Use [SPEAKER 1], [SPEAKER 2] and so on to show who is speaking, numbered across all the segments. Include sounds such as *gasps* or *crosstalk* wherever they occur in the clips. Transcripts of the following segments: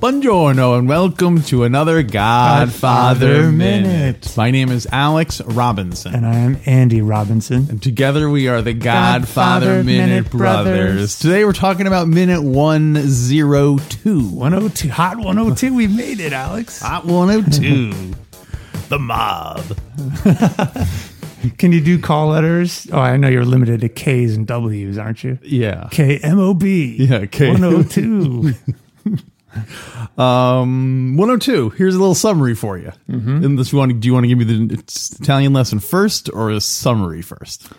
[SPEAKER 1] Buongiorno and welcome to another Godfather
[SPEAKER 2] Godfather Minute.
[SPEAKER 1] Minute. My name is Alex Robinson.
[SPEAKER 2] And I am Andy Robinson.
[SPEAKER 1] Together we are the Godfather,
[SPEAKER 2] Godfather
[SPEAKER 1] Minute,
[SPEAKER 2] Minute
[SPEAKER 1] Brothers.
[SPEAKER 2] Brothers.
[SPEAKER 1] Today we're talking about Minute 102.
[SPEAKER 2] 102, Hot 102, we made it, Alex.
[SPEAKER 1] Hot 102. *laughs* the mob.
[SPEAKER 2] *laughs* Can you do call letters? Oh, I know you're limited to K's and W's, aren't you?
[SPEAKER 1] *laughs* Yeah.
[SPEAKER 2] KMOB.
[SPEAKER 1] Yeah, K-
[SPEAKER 2] 102.
[SPEAKER 1] Um, 102. Here's a little summary for you. Unless you want to, do you want to give me the Italian lesson first or a summary first?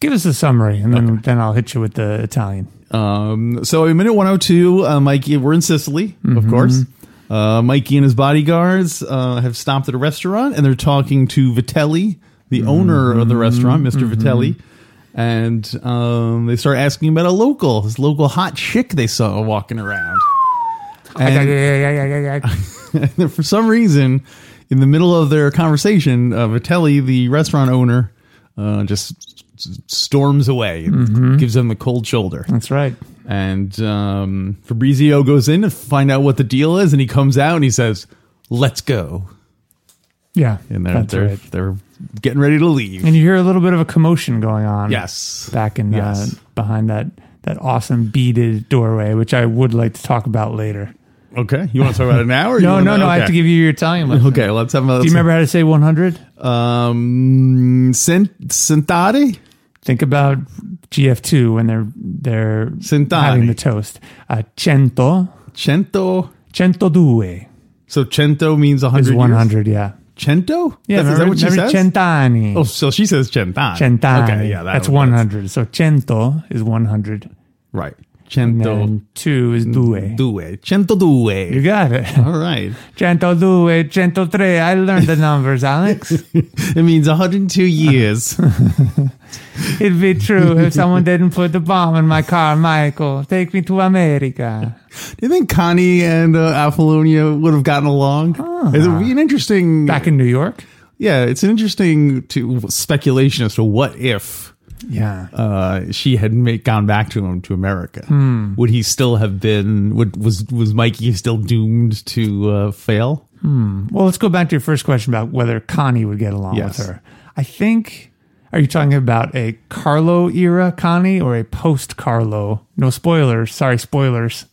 [SPEAKER 2] Give us a summary, and then, then I'll hit you with the Italian.
[SPEAKER 1] Um, so in minute 102, uh, Mikey, we're in Sicily, of course. Uh, Mikey and his bodyguards uh, have stopped at a restaurant and they're talking to Vitelli, the owner of the restaurant, mister Vitelli. And um, they start asking about a local, this local hot chick they saw walking around. *laughs* And for some reason, in the middle of their conversation, uh, Vitelli, the restaurant owner, uh, just s- storms away and gives them the cold shoulder.
[SPEAKER 2] That's right.
[SPEAKER 1] And um, Fabrizio goes in to find out what the deal is, and he comes out and he says, "Let's go."
[SPEAKER 2] Yeah.
[SPEAKER 1] And they're
[SPEAKER 2] that's
[SPEAKER 1] they're,
[SPEAKER 2] right.
[SPEAKER 1] they're getting ready to leave.
[SPEAKER 2] And you hear a little bit of a commotion going on.
[SPEAKER 1] Yes,
[SPEAKER 2] Back in
[SPEAKER 1] Yes.
[SPEAKER 2] uh, behind that, that awesome beaded doorway, which I would like to talk about later.
[SPEAKER 1] okay. You want to talk about it now?
[SPEAKER 2] *laughs*
[SPEAKER 1] Or you
[SPEAKER 2] No,
[SPEAKER 1] wanna-
[SPEAKER 2] no, no. I have
[SPEAKER 1] okay.
[SPEAKER 2] to give you your Italian lesson.
[SPEAKER 1] Okay, let's have. A,
[SPEAKER 2] Do you remember how to say 100?
[SPEAKER 1] Um, cent, centare.
[SPEAKER 2] Think about GF2 when they're they're
[SPEAKER 1] Centani.
[SPEAKER 2] having the toast. Uh, cento,
[SPEAKER 1] cento.
[SPEAKER 2] cento due
[SPEAKER 1] So cento means a
[SPEAKER 2] is
[SPEAKER 1] hundred.
[SPEAKER 2] one hundred. Yeah,
[SPEAKER 1] Cento.
[SPEAKER 2] yeah.
[SPEAKER 1] That's-
[SPEAKER 2] remember,
[SPEAKER 1] is that what
[SPEAKER 2] remember
[SPEAKER 1] she says?
[SPEAKER 2] Centani.
[SPEAKER 1] Oh, so she says centane.
[SPEAKER 2] centani.
[SPEAKER 1] Okay, yeah, that
[SPEAKER 2] that's
[SPEAKER 1] was-
[SPEAKER 2] one hundred. So cento is one hundred,
[SPEAKER 1] Right.
[SPEAKER 2] and
[SPEAKER 1] Cento
[SPEAKER 2] then two is due.
[SPEAKER 1] due. Cento due.
[SPEAKER 2] You got it. *laughs*
[SPEAKER 1] All right.
[SPEAKER 2] Cento due, cento tre. I
[SPEAKER 1] *laughs*
[SPEAKER 2] learned the numbers, Alex.
[SPEAKER 1] It means 102 years.
[SPEAKER 2] It'd be true if someone didn't put the bomb in my car, Michael. Take me to America.
[SPEAKER 1] *laughs* Do you think Connie and uh, Apollonia would have gotten along? It would be an interesting.
[SPEAKER 2] Back in New York.
[SPEAKER 1] yeah, it's an interesting to speculation as to what if
[SPEAKER 2] Yeah.
[SPEAKER 1] uh, she had make, gone back to him to America. Would he still have been? Would was was Mikey still doomed to uh, fail?
[SPEAKER 2] Well, let's go back to your first question about whether Connie would get along
[SPEAKER 1] Yes.
[SPEAKER 2] with her. I think. Are you talking about a Carlo era Connie or a post Carlo? No spoilers. Sorry,
[SPEAKER 1] *laughs*
[SPEAKER 2] spoilers.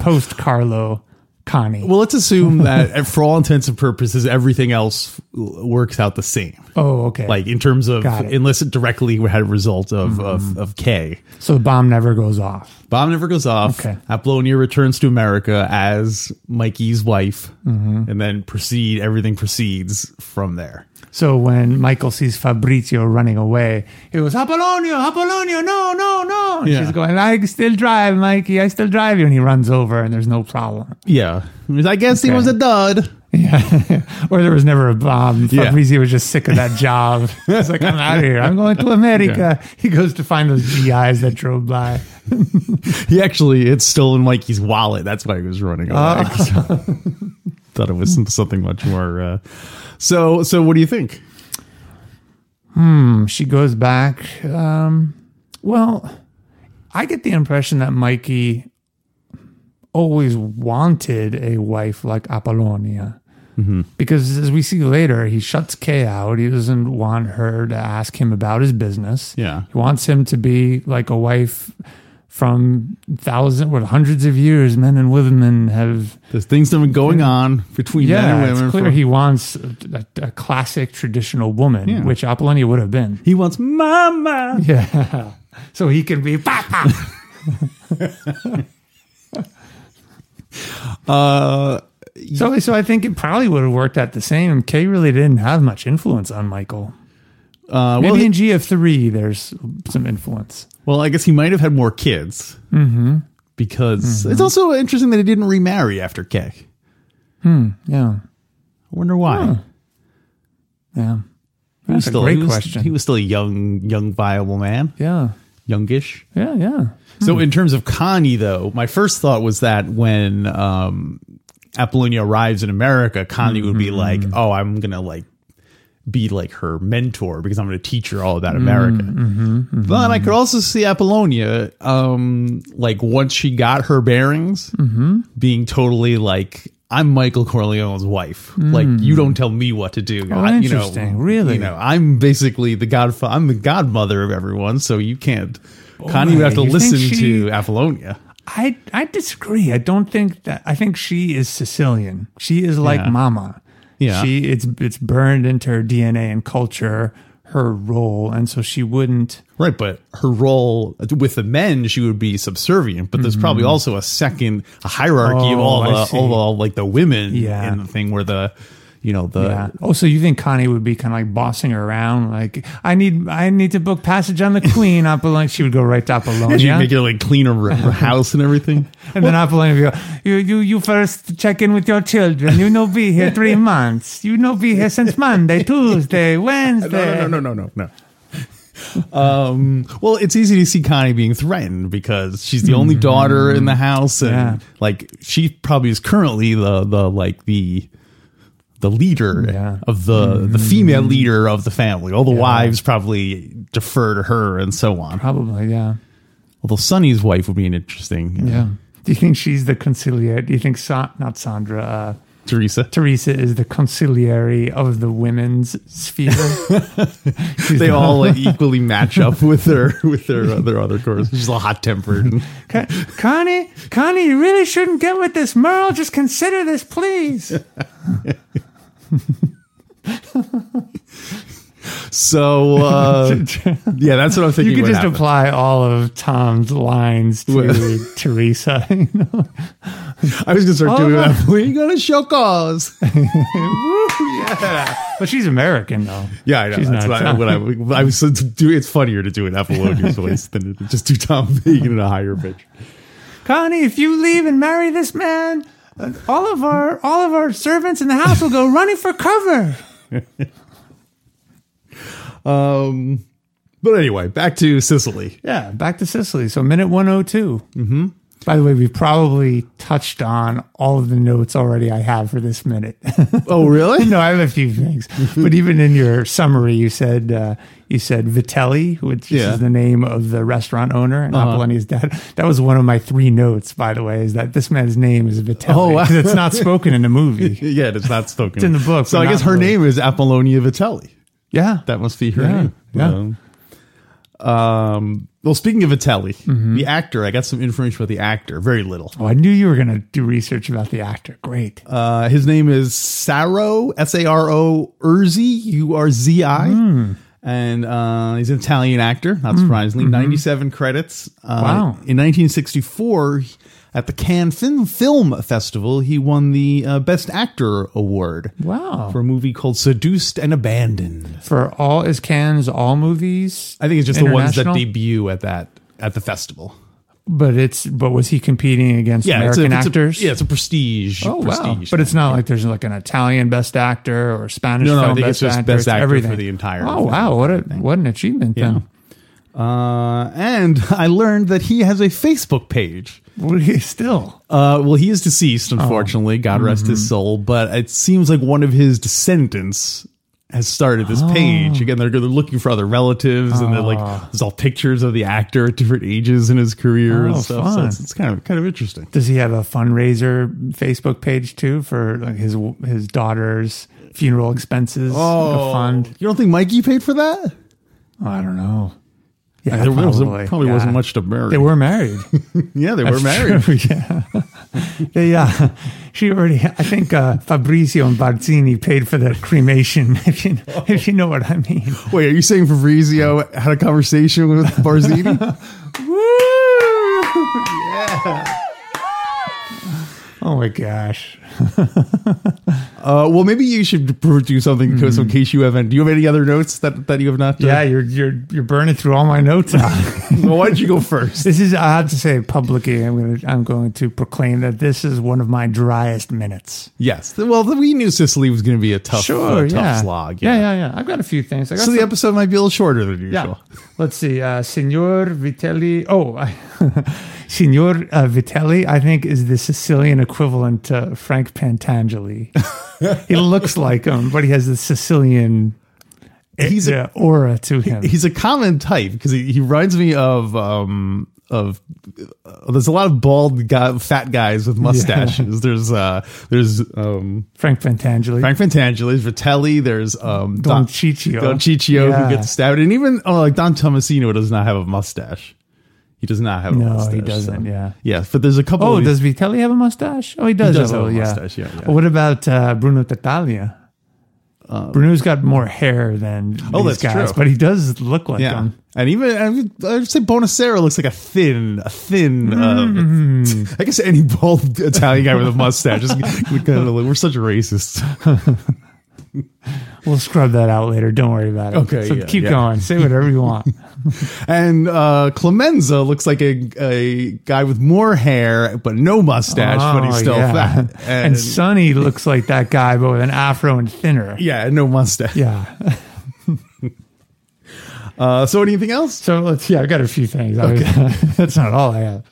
[SPEAKER 2] post Carlo Connie.
[SPEAKER 1] Well, let's *laughs* assume that uh, for all intents and purposes, everything else w- works out the same.
[SPEAKER 2] oh, okay.
[SPEAKER 1] Like in terms of,
[SPEAKER 2] Got it.
[SPEAKER 1] unless it Mm-hmm. directly had a result of of, of K.
[SPEAKER 2] so the bomb never goes off.
[SPEAKER 1] Bomb never goes off.
[SPEAKER 2] Okay.
[SPEAKER 1] Apollonia returns to America as Mikey's wife, and then proceed. Everything proceeds from there.
[SPEAKER 2] So when Michael sees Fabrizio running away, he goes, Apollonio, Apollonio, no, no, no. And
[SPEAKER 1] Yeah.
[SPEAKER 2] She's going, I still drive, Mikey, I still drive you. And he runs over and there's no problem.
[SPEAKER 1] Yeah, I guess he
[SPEAKER 2] Okay.
[SPEAKER 1] was a dud.
[SPEAKER 2] Yeah. or there was never a bomb.
[SPEAKER 1] Yeah.
[SPEAKER 2] Fabrizio was just sick of that job. He's like, I'm out of here. I'm going to America. He goes to find those GIs that drove by.
[SPEAKER 1] He actually, it's still in Mikey's wallet. That's why he was running away. Ah. *laughs* Thought it was some- something much more. Uh, so, so what do you think?
[SPEAKER 2] Um, She goes back. Um, well, I get the impression that Mikey always wanted a wife like Apollonia.
[SPEAKER 1] Mm-hmm.
[SPEAKER 2] Because as we see later, he shuts Kay out. He doesn't want her to ask him about his business.
[SPEAKER 1] Yeah.
[SPEAKER 2] He wants him to be like a wife from thousands, what, hundreds of years men and women have.
[SPEAKER 1] There's things that have been going on between men and
[SPEAKER 2] Yeah,
[SPEAKER 1] women.
[SPEAKER 2] it's clear
[SPEAKER 1] for-
[SPEAKER 2] he wants a, a classic traditional woman,
[SPEAKER 1] Yeah.
[SPEAKER 2] which Apollonia would have been.
[SPEAKER 1] he wants mama.
[SPEAKER 2] Yeah. *laughs* So he can be Papa.
[SPEAKER 1] Uh,
[SPEAKER 2] *laughs* so, so I think it probably would have worked out the same. Kay really didn't have much influence on Michael.
[SPEAKER 1] uh,
[SPEAKER 2] Maybe
[SPEAKER 1] well,
[SPEAKER 2] in GF3, there's some influence.
[SPEAKER 1] Well, I guess he might have had more kids. Mm-hmm. Because it's also interesting that he didn't remarry after K. I
[SPEAKER 2] Yeah.
[SPEAKER 1] wonder why.
[SPEAKER 2] Yeah.
[SPEAKER 1] He was
[SPEAKER 2] That's a great
[SPEAKER 1] he was-
[SPEAKER 2] question.
[SPEAKER 1] He was still a young, young, viable man,
[SPEAKER 2] Yeah.
[SPEAKER 1] youngish.
[SPEAKER 2] Yeah. Yeah.
[SPEAKER 1] So in terms of Kanye, though, my first thought was that when um, Apollonia arrives in America, Kanye would
[SPEAKER 2] Mm-hmm.
[SPEAKER 1] be like, "Oh, I'm gonna like be like her mentor because I'm gonna teach her all about
[SPEAKER 2] Mm-hmm.
[SPEAKER 1] America." But I could also see Apollonia, um, like once she got her bearings,
[SPEAKER 2] Mm-hmm.
[SPEAKER 1] being totally like. I'm Michael Corleone's wife. Like you don't tell me what to do.
[SPEAKER 2] Mm. Oh,
[SPEAKER 1] I- you know,
[SPEAKER 2] interesting. Really?
[SPEAKER 1] You know, I'm basically the godfather. I'm the godmother of everyone, so you can't. Kanye would have to
[SPEAKER 2] you think
[SPEAKER 1] listen
[SPEAKER 2] she-
[SPEAKER 1] to Apollonia.
[SPEAKER 2] I I disagree. I don't think that. I think she is Sicilian. She is like
[SPEAKER 1] Yeah.
[SPEAKER 2] Mama.
[SPEAKER 1] Yeah.
[SPEAKER 2] She it's it's burned into her DNA and culture, her role, and so she wouldn't.
[SPEAKER 1] Right, but her role with the men, she would be subservient. But there's probably also a second a hierarchy of
[SPEAKER 2] Oh,
[SPEAKER 1] all
[SPEAKER 2] I
[SPEAKER 1] the
[SPEAKER 2] see.
[SPEAKER 1] all, all like the women
[SPEAKER 2] Yeah.
[SPEAKER 1] in the thing where the you know the
[SPEAKER 2] Yeah. Oh, so you think Connie would be kind of like bossing her around? Like, I need, I need to book passage on the Queen. *laughs* Apollonia, she would go right to Apollonia,
[SPEAKER 1] *laughs* she'd make it like cleaner *laughs* her, her house and everything.
[SPEAKER 2] and then Apollonia would go, "You, you, you first check in with your children. You no be here
[SPEAKER 1] *laughs*
[SPEAKER 2] three months. You no be here since Monday, Tuesday, Wednesday.
[SPEAKER 1] no, no, no, no. um, well, it's easy to see Connie being threatened because she's the only daughter in the house, and
[SPEAKER 2] Yeah.
[SPEAKER 1] like she probably is currently the the like the the leader
[SPEAKER 2] Yeah.
[SPEAKER 1] of the the female leader of the family. All the wives probably defer to her, and so on.
[SPEAKER 2] Probably, yeah.
[SPEAKER 1] Although Sonny's wife would be an interesting uh,
[SPEAKER 2] Yeah. Do you think she's the conciliary? Do you think Sa- not Sandra, uh,
[SPEAKER 1] Teresa.
[SPEAKER 2] Teresa is the conciliary of the women's sphere?
[SPEAKER 1] *laughs* *laughs*
[SPEAKER 2] She's
[SPEAKER 1] They
[SPEAKER 2] the-
[SPEAKER 1] all like, *laughs* equally match up with their with their other other course. She's all hot *laughs* tempered.
[SPEAKER 2] Con- Connie, Connie, you really shouldn't get with this Merle. Just consider this, please.
[SPEAKER 1] So uh, *laughs* yeah, that's what I'm thinking.
[SPEAKER 2] you could
[SPEAKER 1] would
[SPEAKER 2] just
[SPEAKER 1] happen.
[SPEAKER 2] apply all of Tom's lines to
[SPEAKER 1] What?
[SPEAKER 2] *laughs* Teresa. you know?
[SPEAKER 1] I was gonna start
[SPEAKER 2] Oh,
[SPEAKER 1] doing
[SPEAKER 2] no.
[SPEAKER 1] that. We gonna show cause.
[SPEAKER 2] But she's American, though.
[SPEAKER 1] *laughs* Yeah, I know.
[SPEAKER 2] She's
[SPEAKER 1] That's
[SPEAKER 2] not
[SPEAKER 1] what I,
[SPEAKER 2] Tom.
[SPEAKER 1] what I, I was do. It's funnier to do an Apollonia's voice than to just do Tom *laughs* Fagan in a higher pitch.
[SPEAKER 2] Connie, if you leave and marry this man, uh, all of our all of our servants in the house will go running for cover.
[SPEAKER 1] Um, but anyway, back to Sicily.
[SPEAKER 2] Yeah, back to Sicily. So minute 102. Mm-hmm. By the way, we've probably touched on all of the notes already I have for this minute.
[SPEAKER 1] Oh, really?
[SPEAKER 2] *laughs* no, I have a few things,
[SPEAKER 1] *laughs*
[SPEAKER 2] but even in your summary, you said uh, you said Vitelli, which
[SPEAKER 1] Yeah. Uh-huh.
[SPEAKER 2] is the name of the restaurant owner and Apollonia's dad. That was one of my three notes, by the way, is that this man's name is Vitelli.
[SPEAKER 1] Oh, wow.
[SPEAKER 2] 'cause it's not spoken in the movie.
[SPEAKER 1] *laughs* *laughs* yeah, it's not spoken. It's
[SPEAKER 2] in the book,
[SPEAKER 1] So
[SPEAKER 2] but
[SPEAKER 1] I guess
[SPEAKER 2] not
[SPEAKER 1] her
[SPEAKER 2] really.
[SPEAKER 1] name is Apollonia Vitelli.
[SPEAKER 2] Yeah,
[SPEAKER 1] That must be her
[SPEAKER 2] Yeah,
[SPEAKER 1] name.
[SPEAKER 2] yeah.
[SPEAKER 1] Um, um, well, speaking of Vitelli,
[SPEAKER 2] Mm-hmm.
[SPEAKER 1] the actor, I got some information about the actor. Very little.
[SPEAKER 2] Oh, I knew you were going to do research about the actor. Great.
[SPEAKER 1] Uh, his name is Saro S A R O Urzi U R Z I,
[SPEAKER 2] Hmm.
[SPEAKER 1] and uh, he's an Italian actor. Not surprisingly, ninety-seven credits. Uh,
[SPEAKER 2] Mm-hmm. Wow.
[SPEAKER 1] In nineteen sixty-four, at the Cannes Film, Film Festival, he won the uh, Best Actor award
[SPEAKER 2] Wow.
[SPEAKER 1] for a movie called "Seduced and Abandoned."
[SPEAKER 2] For all is cans, all movies.
[SPEAKER 1] I think it's just the ones that
[SPEAKER 2] International?
[SPEAKER 1] debut at that at the festival.
[SPEAKER 2] But it's but was he competing against
[SPEAKER 1] it's
[SPEAKER 2] American
[SPEAKER 1] a- it's a,
[SPEAKER 2] actors?
[SPEAKER 1] yeah, it's a prestige.
[SPEAKER 2] Oh wow!
[SPEAKER 1] prestige
[SPEAKER 2] But it's not like there's like an Italian best actor or Spanish
[SPEAKER 1] No, no, I
[SPEAKER 2] film
[SPEAKER 1] think
[SPEAKER 2] best
[SPEAKER 1] it's just
[SPEAKER 2] actor.
[SPEAKER 1] best
[SPEAKER 2] It's
[SPEAKER 1] actor for
[SPEAKER 2] everything.
[SPEAKER 1] the entire
[SPEAKER 2] Oh
[SPEAKER 1] thing.
[SPEAKER 2] wow! What a what an achievement!
[SPEAKER 1] Yeah.
[SPEAKER 2] Then.
[SPEAKER 1] Uh, and I learned that he has a Facebook page.
[SPEAKER 2] *laughs* What he still?
[SPEAKER 1] Uh, well, he is deceased,
[SPEAKER 2] Oh.
[SPEAKER 1] unfortunately. God rest his
[SPEAKER 2] Mm-hmm.
[SPEAKER 1] soul. But it seems like one of his descendants has started this
[SPEAKER 2] Oh.
[SPEAKER 1] page again. They're, they're looking for other relatives, and they're like, there's all pictures of the actor at different ages in his career and
[SPEAKER 2] Ah. Oh,
[SPEAKER 1] stuff. So it's,
[SPEAKER 2] fun.
[SPEAKER 1] it's kind of kind of interesting.
[SPEAKER 2] Does he have a fundraiser Facebook page too for like his his daughter's funeral expenses? like a fund?
[SPEAKER 1] Oh. you don't think Mikey paid for that?
[SPEAKER 2] Oh, I don't know. Yeah,
[SPEAKER 1] there
[SPEAKER 2] probably
[SPEAKER 1] wasn't, probably
[SPEAKER 2] Yeah.
[SPEAKER 1] wasn't much to bury.
[SPEAKER 2] They were married.
[SPEAKER 1] yeah, they *laughs* were married.
[SPEAKER 2] True, *laughs* yeah. they, uh, she already, I think uh, Fabrizio and Barzini paid for the cremation, *laughs* if you, if you know what I mean.
[SPEAKER 1] Wait, are you saying Fabrizio had a conversation
[SPEAKER 2] *laughs*
[SPEAKER 1] with Barzini?
[SPEAKER 2] Woo! Oh my gosh.
[SPEAKER 1] Uh, well, maybe you should do something because in case you haven't. Do you have any other notes that, that you have not
[SPEAKER 2] Mm-hmm. Yeah,
[SPEAKER 1] done?
[SPEAKER 2] you're you're you're burning through all my notes.
[SPEAKER 1] *laughs* well, why don't you go first?
[SPEAKER 2] *laughs* this is I have to say publicly. I'm going to I'm going to proclaim that this is one of my driest minutes.
[SPEAKER 1] Yes. Well, we knew Sicily was going to be a tough, uh, tough slog.
[SPEAKER 2] Yeah. yeah, yeah, I've got a few things. I got
[SPEAKER 1] So the
[SPEAKER 2] some-
[SPEAKER 1] episode might be a little shorter than usual.
[SPEAKER 2] Yeah. Let's see. Uh, Signor Vitelli. Oh, I, *laughs* Signor uh, Vitelli, I think, is the Sicilian equivalent to Frank *laughs* Pantangeli. he looks like him, but he has the Sicilian
[SPEAKER 1] He's a-
[SPEAKER 2] uh, aura to him.
[SPEAKER 1] He's a common type because he, he reminds me of um of uh, there's a lot of bald guy, fat guys with mustaches. There's uh there's um
[SPEAKER 2] Frank Pantangeli.
[SPEAKER 1] Frank Fantangeli, Vitelli. There's um
[SPEAKER 2] Don Ciccio.
[SPEAKER 1] Don Ciccio
[SPEAKER 2] Yeah.
[SPEAKER 1] who gets stabbed, and even oh like Don Tomasino does not have a mustache. He does not have a
[SPEAKER 2] No, he
[SPEAKER 1] mustache.
[SPEAKER 2] doesn't, yeah.
[SPEAKER 1] yeah. But there's a couple.
[SPEAKER 2] Oh,
[SPEAKER 1] of these-
[SPEAKER 2] does Vitelli have a mustache? Oh, he does,
[SPEAKER 1] does have a
[SPEAKER 2] little,
[SPEAKER 1] mustache, yeah, yeah.
[SPEAKER 2] What about uh, Bruno Tattaglia? Bruno's got more hair than
[SPEAKER 1] Oh,
[SPEAKER 2] these
[SPEAKER 1] that's
[SPEAKER 2] guys,
[SPEAKER 1] true.
[SPEAKER 2] but he does look like
[SPEAKER 1] Yeah.
[SPEAKER 2] him.
[SPEAKER 1] And even I would, I would say Bonacera looks like a thin, a thin.
[SPEAKER 2] Mm-hmm.
[SPEAKER 1] Uh, *laughs* I guess any bald Italian guy with a mustache is would kind of look. We're such racists.
[SPEAKER 2] We'll scrub that out later. Don't worry about it.
[SPEAKER 1] Okay,
[SPEAKER 2] So
[SPEAKER 1] yeah,
[SPEAKER 2] keep
[SPEAKER 1] yeah.
[SPEAKER 2] going. Say whatever
[SPEAKER 1] *laughs*
[SPEAKER 2] you want.
[SPEAKER 1] And uh, Clemenza looks like a, a guy with more hair but no mustache, but he's
[SPEAKER 2] Oh,
[SPEAKER 1] still *laughs*
[SPEAKER 2] yeah.
[SPEAKER 1] fat.
[SPEAKER 2] And, Sonny looks like that guy, but with an afro and thinner.
[SPEAKER 1] yeah, and no mustache.
[SPEAKER 2] Yeah.
[SPEAKER 1] Uh, so anything else?
[SPEAKER 2] So let's. Yeah, I've got a few things. I was- *laughs* that's not all I have.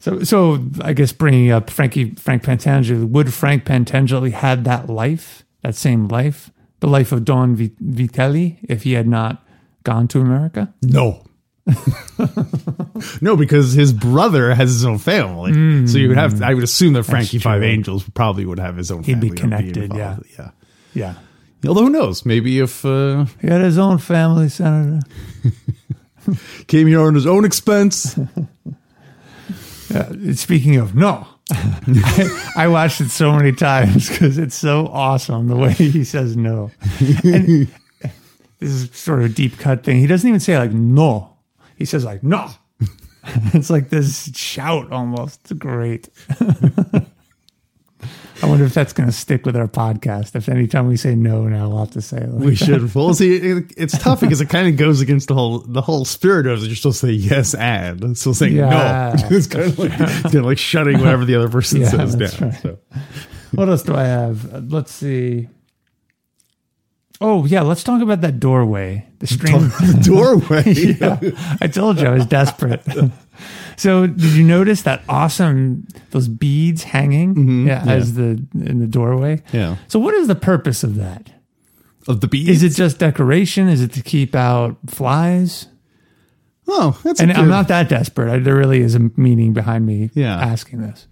[SPEAKER 2] So, so I guess bringing up Frankie Frank Pantangeli, would Frank Pantangeli had that life, that same life, the life of Don Vi- Vitelli, if he had not gone to America?
[SPEAKER 1] No. *laughs* no, because his brother has his own family. So you would have I would assume that Frankie Five
[SPEAKER 2] true.
[SPEAKER 1] Angels probably would have his own
[SPEAKER 2] He'd be
[SPEAKER 1] family. or
[SPEAKER 2] connected,
[SPEAKER 1] involved. Yeah.
[SPEAKER 2] Yeah,
[SPEAKER 1] Although who knows? Maybe if uh,
[SPEAKER 2] he had his own family, Senator.
[SPEAKER 1] came here on his own expense.
[SPEAKER 2] Uh, Speaking of *laughs* no, I, I watched it so many times because it's so awesome the way he says no. And this is sort of a deep cut thing. He doesn't even say like no. He says like no. *laughs* it's like this shout almost. It's great. *laughs* I wonder if that's going to stick with our podcast. If anytime we say no now, we'll have to say like,
[SPEAKER 1] we
[SPEAKER 2] *laughs*
[SPEAKER 1] should. Well, see, it, it's tough because it kind of goes against the whole the whole spirit of it. You're supposed to say yes and so saying
[SPEAKER 2] Yeah.
[SPEAKER 1] no. *laughs* it's kind of like it's kind of like shutting whatever the other person
[SPEAKER 2] Yeah,
[SPEAKER 1] says
[SPEAKER 2] that's
[SPEAKER 1] down.
[SPEAKER 2] right.
[SPEAKER 1] So. *laughs*
[SPEAKER 2] what else do I have? Uh, Let's see. Oh yeah, let's talk about that doorway. The strange
[SPEAKER 1] the doorway.
[SPEAKER 2] *laughs* I told you I was desperate. *laughs* so did you notice that awesome those beads hanging yeah, as the in the doorway?
[SPEAKER 1] Mm-hmm. Yeah.
[SPEAKER 2] So what is the purpose of that?
[SPEAKER 1] of the bees.
[SPEAKER 2] Is it just decoration? Is it to keep out flies?
[SPEAKER 1] Oh, that's
[SPEAKER 2] And
[SPEAKER 1] a
[SPEAKER 2] I'm
[SPEAKER 1] good-
[SPEAKER 2] not that desperate. I, there really is a meaning behind me
[SPEAKER 1] Yeah.
[SPEAKER 2] asking this.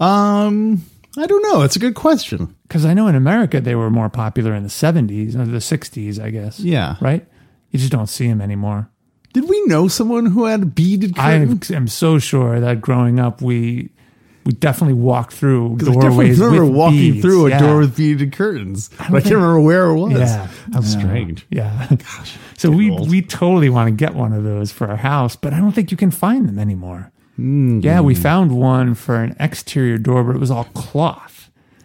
[SPEAKER 1] Um, I don't know. It's a good question.
[SPEAKER 2] Because I know in America they were more popular in the 70s or the 60s, I guess.
[SPEAKER 1] Yeah.
[SPEAKER 2] Right? You just don't see them anymore.
[SPEAKER 1] Did we know someone who had a beaded
[SPEAKER 2] I
[SPEAKER 1] curtain?
[SPEAKER 2] am so sure that growing up, we we definitely walked through
[SPEAKER 1] I
[SPEAKER 2] doorways.
[SPEAKER 1] definitely remember
[SPEAKER 2] with
[SPEAKER 1] walking
[SPEAKER 2] beads.
[SPEAKER 1] through a
[SPEAKER 2] Yeah.
[SPEAKER 1] door with beaded curtains, but I can't
[SPEAKER 2] think-
[SPEAKER 1] remember where it was.
[SPEAKER 2] Yeah,
[SPEAKER 1] How strange.
[SPEAKER 2] Yeah.
[SPEAKER 1] *laughs*
[SPEAKER 2] *laughs* so we
[SPEAKER 1] old.
[SPEAKER 2] we totally want to get one of those for our house, but I don't think you can find them anymore.
[SPEAKER 1] Hmm.
[SPEAKER 2] Yeah, we found one for an exterior door, but it was all cloth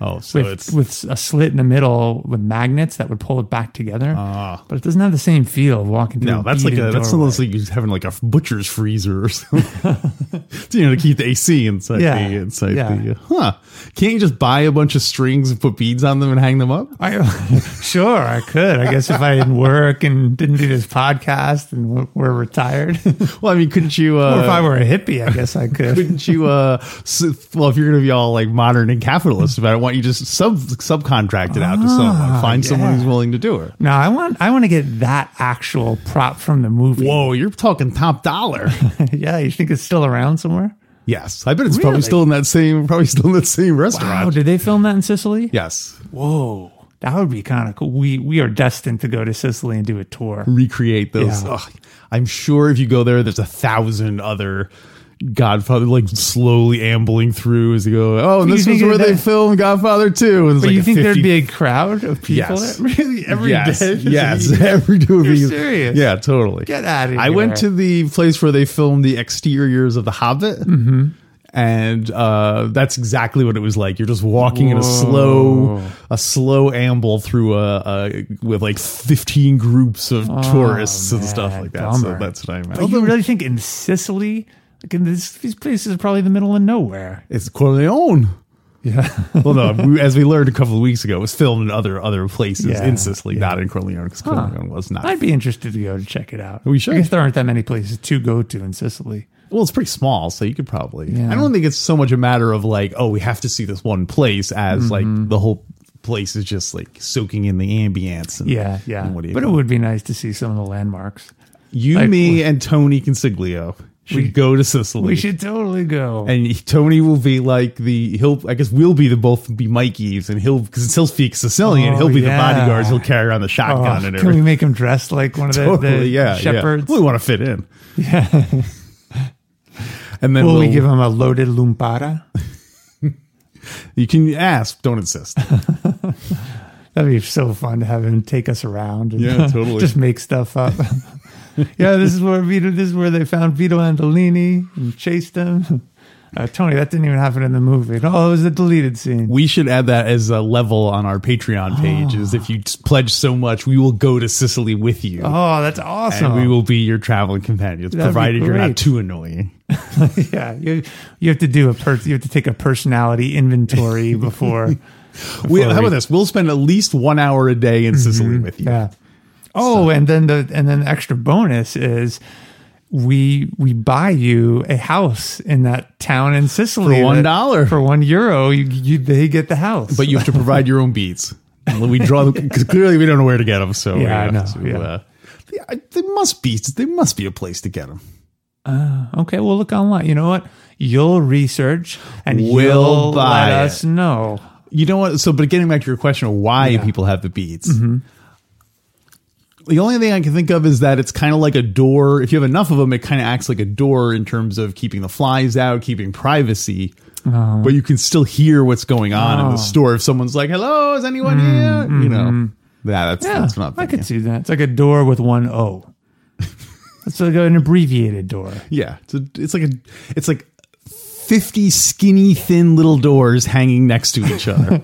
[SPEAKER 1] Oh, so
[SPEAKER 2] with
[SPEAKER 1] it's
[SPEAKER 2] with a slit in the middle with magnets that would pull it back together.
[SPEAKER 1] Ah.
[SPEAKER 2] but it doesn't have the same feel of walking through.
[SPEAKER 1] No, that's like
[SPEAKER 2] beaded
[SPEAKER 1] a, that's
[SPEAKER 2] doorway.
[SPEAKER 1] almost like you having like a butcher's freezer or *laughs* something.
[SPEAKER 2] *laughs*
[SPEAKER 1] you know, to keep the AC inside
[SPEAKER 2] Yeah,
[SPEAKER 1] the inside
[SPEAKER 2] yeah.
[SPEAKER 1] the uh, huh. Can't you just buy a bunch of strings and put beads on them and hang them up?
[SPEAKER 2] I, *laughs* sure, I could. I guess if I didn't work and didn't do this podcast and w- were retired, *laughs* or if
[SPEAKER 1] Well, I mean, couldn't you? Uh,
[SPEAKER 2] I were a hippie, I guess I could.
[SPEAKER 1] couldn't you? Uh, s- well, if you're going to be all like modern and capitalist about it, why don't you just sub subcontract it out to someone? Find someone
[SPEAKER 2] Ah, yeah.
[SPEAKER 1] who's willing to do it.
[SPEAKER 2] No, I want I want to get that actual prop from the movie.
[SPEAKER 1] Whoa, you're talking top dollar.
[SPEAKER 2] *laughs* yeah, you think it's still around somewhere?
[SPEAKER 1] *laughs* yes, I bet it's
[SPEAKER 2] Really?
[SPEAKER 1] probably still in that same probably still in that same restaurant.
[SPEAKER 2] Wow, Oh, did they film that in Sicily?
[SPEAKER 1] Yes,
[SPEAKER 2] Whoa, that would be kind of cool. We we are destined to go to Sicily and do a tour.
[SPEAKER 1] recreate those.
[SPEAKER 2] Yeah.
[SPEAKER 1] Ugh. I'm sure if you go there, there's a thousand other Godfather like slowly ambling through as you go. Oh, and
[SPEAKER 2] You
[SPEAKER 1] this
[SPEAKER 2] think
[SPEAKER 1] was where
[SPEAKER 2] that-
[SPEAKER 1] they filmed Godfather Two. And it's
[SPEAKER 2] But
[SPEAKER 1] like
[SPEAKER 2] you
[SPEAKER 1] a
[SPEAKER 2] think there'd
[SPEAKER 1] 50
[SPEAKER 2] be a crowd of people?
[SPEAKER 1] Yes.
[SPEAKER 2] There? *laughs* Really, every day? *laughs*
[SPEAKER 1] yes,
[SPEAKER 2] Just-
[SPEAKER 1] yes, *laughs* every two of
[SPEAKER 2] You're
[SPEAKER 1] you-
[SPEAKER 2] serious?
[SPEAKER 1] Yeah, totally.
[SPEAKER 2] Get outta
[SPEAKER 1] I went
[SPEAKER 2] here.
[SPEAKER 1] to the place where they filmed the exteriors of the Hobbit, mm-hmm. and uh, that's exactly what it was like. You're just walking in a slow, a slow amble through a, a with like 15 groups of tourists and stuff
[SPEAKER 2] Oh, man,
[SPEAKER 1] like that. So
[SPEAKER 2] bummer.
[SPEAKER 1] that's what I meant.
[SPEAKER 2] But you really think in Sicily, like in this, these places, are probably the middle of nowhere.
[SPEAKER 1] It's Corleone.
[SPEAKER 2] Yeah.
[SPEAKER 1] Well, no, we, as we learned a couple of weeks ago, it was filmed in other other places
[SPEAKER 2] Yeah,
[SPEAKER 1] in Sicily, not in Corleone, because Corleone was not.
[SPEAKER 2] *laughs* I'd be interested to go to check it out.
[SPEAKER 1] We
[SPEAKER 2] I
[SPEAKER 1] should.
[SPEAKER 2] guess there aren't that many places to go to in Sicily.
[SPEAKER 1] well, it's pretty small, so you could probably.
[SPEAKER 2] Yeah.
[SPEAKER 1] I don't think it's so much a matter of like, oh, we have to see this one place, as
[SPEAKER 2] Mm-hmm.
[SPEAKER 1] like the whole place is just like soaking in the ambience. And,
[SPEAKER 2] Yeah, yeah.
[SPEAKER 1] And what do you
[SPEAKER 2] but
[SPEAKER 1] know?
[SPEAKER 2] it would be nice to see some of the landmarks.
[SPEAKER 1] You,
[SPEAKER 2] Like,
[SPEAKER 1] me, and Tony Consiglio should go to Sicily.
[SPEAKER 2] We should totally go.
[SPEAKER 1] And Tony will be like the he'll I guess we'll be the both be Mikey's and he'll because he'll speak Sicilian
[SPEAKER 2] Oh,
[SPEAKER 1] he'll be
[SPEAKER 2] yeah.
[SPEAKER 1] the bodyguards he'll carry around the
[SPEAKER 2] Oh,
[SPEAKER 1] shotgun and
[SPEAKER 2] can we
[SPEAKER 1] everything.
[SPEAKER 2] make him dress like one of the,
[SPEAKER 1] *laughs* Totally,
[SPEAKER 2] the
[SPEAKER 1] yeah,
[SPEAKER 2] shepherds?
[SPEAKER 1] Yeah. We want to fit in,
[SPEAKER 2] *laughs* Yeah.
[SPEAKER 1] and then
[SPEAKER 2] Will
[SPEAKER 1] we'll,
[SPEAKER 2] we give him a loaded lumpara?
[SPEAKER 1] you can ask. Don't insist.
[SPEAKER 2] That'd be so fun to have him take us around. And
[SPEAKER 1] Yeah, totally.
[SPEAKER 2] *laughs* just make stuff up. yeah, this is where Vito. This is where they found Vito Andolini and chased him. *laughs* Uh, Tony, that didn't even happen in the movie. Oh, it was a deleted scene.
[SPEAKER 1] we should add that as a level on our Patreon page. Is if you pledge so much, we will go to Sicily with you,
[SPEAKER 2] Oh, that's awesome.
[SPEAKER 1] and we will be your traveling companions,
[SPEAKER 2] That'd be
[SPEAKER 1] provided you're
[SPEAKER 2] great.
[SPEAKER 1] not too annoying.
[SPEAKER 2] *laughs* yeah, you you have to do a per- you have to take a
[SPEAKER 1] *laughs*
[SPEAKER 2] personality inventory before.
[SPEAKER 1] We, how
[SPEAKER 2] before we-
[SPEAKER 1] about this? We'll spend at least one hour a day in Sicily with you.
[SPEAKER 2] Yeah. Oh, and then the and then the extra bonus is we we buy you a house in that town in Sicily
[SPEAKER 1] For
[SPEAKER 2] that-
[SPEAKER 1] $1.
[SPEAKER 2] for one euro. You, you they get the house,
[SPEAKER 1] but you have to provide your own beats. We draw because clearly we don't know where to get them. So we
[SPEAKER 2] Yeah, I
[SPEAKER 1] have
[SPEAKER 2] know,
[SPEAKER 1] to,
[SPEAKER 2] yeah.
[SPEAKER 1] uh, they, I- they must be they must be a place to get them.
[SPEAKER 2] okay. Well, look online. You know what? You'll research and
[SPEAKER 1] We'll
[SPEAKER 2] you'll
[SPEAKER 1] buy
[SPEAKER 2] let
[SPEAKER 1] it.
[SPEAKER 2] us know.
[SPEAKER 1] You know what? So, but getting back to your question of why people have the beats.
[SPEAKER 2] Mm-hmm.
[SPEAKER 1] The only thing I can think of is that it's kind of like a door. If you have enough of them, it kind of acts like a door in terms of keeping the flies out, keeping privacy.
[SPEAKER 2] Uh-huh.
[SPEAKER 1] But you can still hear what's going on
[SPEAKER 2] Oh.
[SPEAKER 1] in the store. If someone's like, "Hello, is anyone here?" You know, yeah, that's
[SPEAKER 2] Mm-hmm. Yeah,
[SPEAKER 1] that's not.
[SPEAKER 2] I could see that. It's like a door with
[SPEAKER 1] *laughs*
[SPEAKER 2] one O. it's like an abbreviated door. *laughs*
[SPEAKER 1] Yeah, it's, a, it's like a it's like fifty skinny thin little doors hanging next to each
[SPEAKER 2] *laughs*
[SPEAKER 1] other.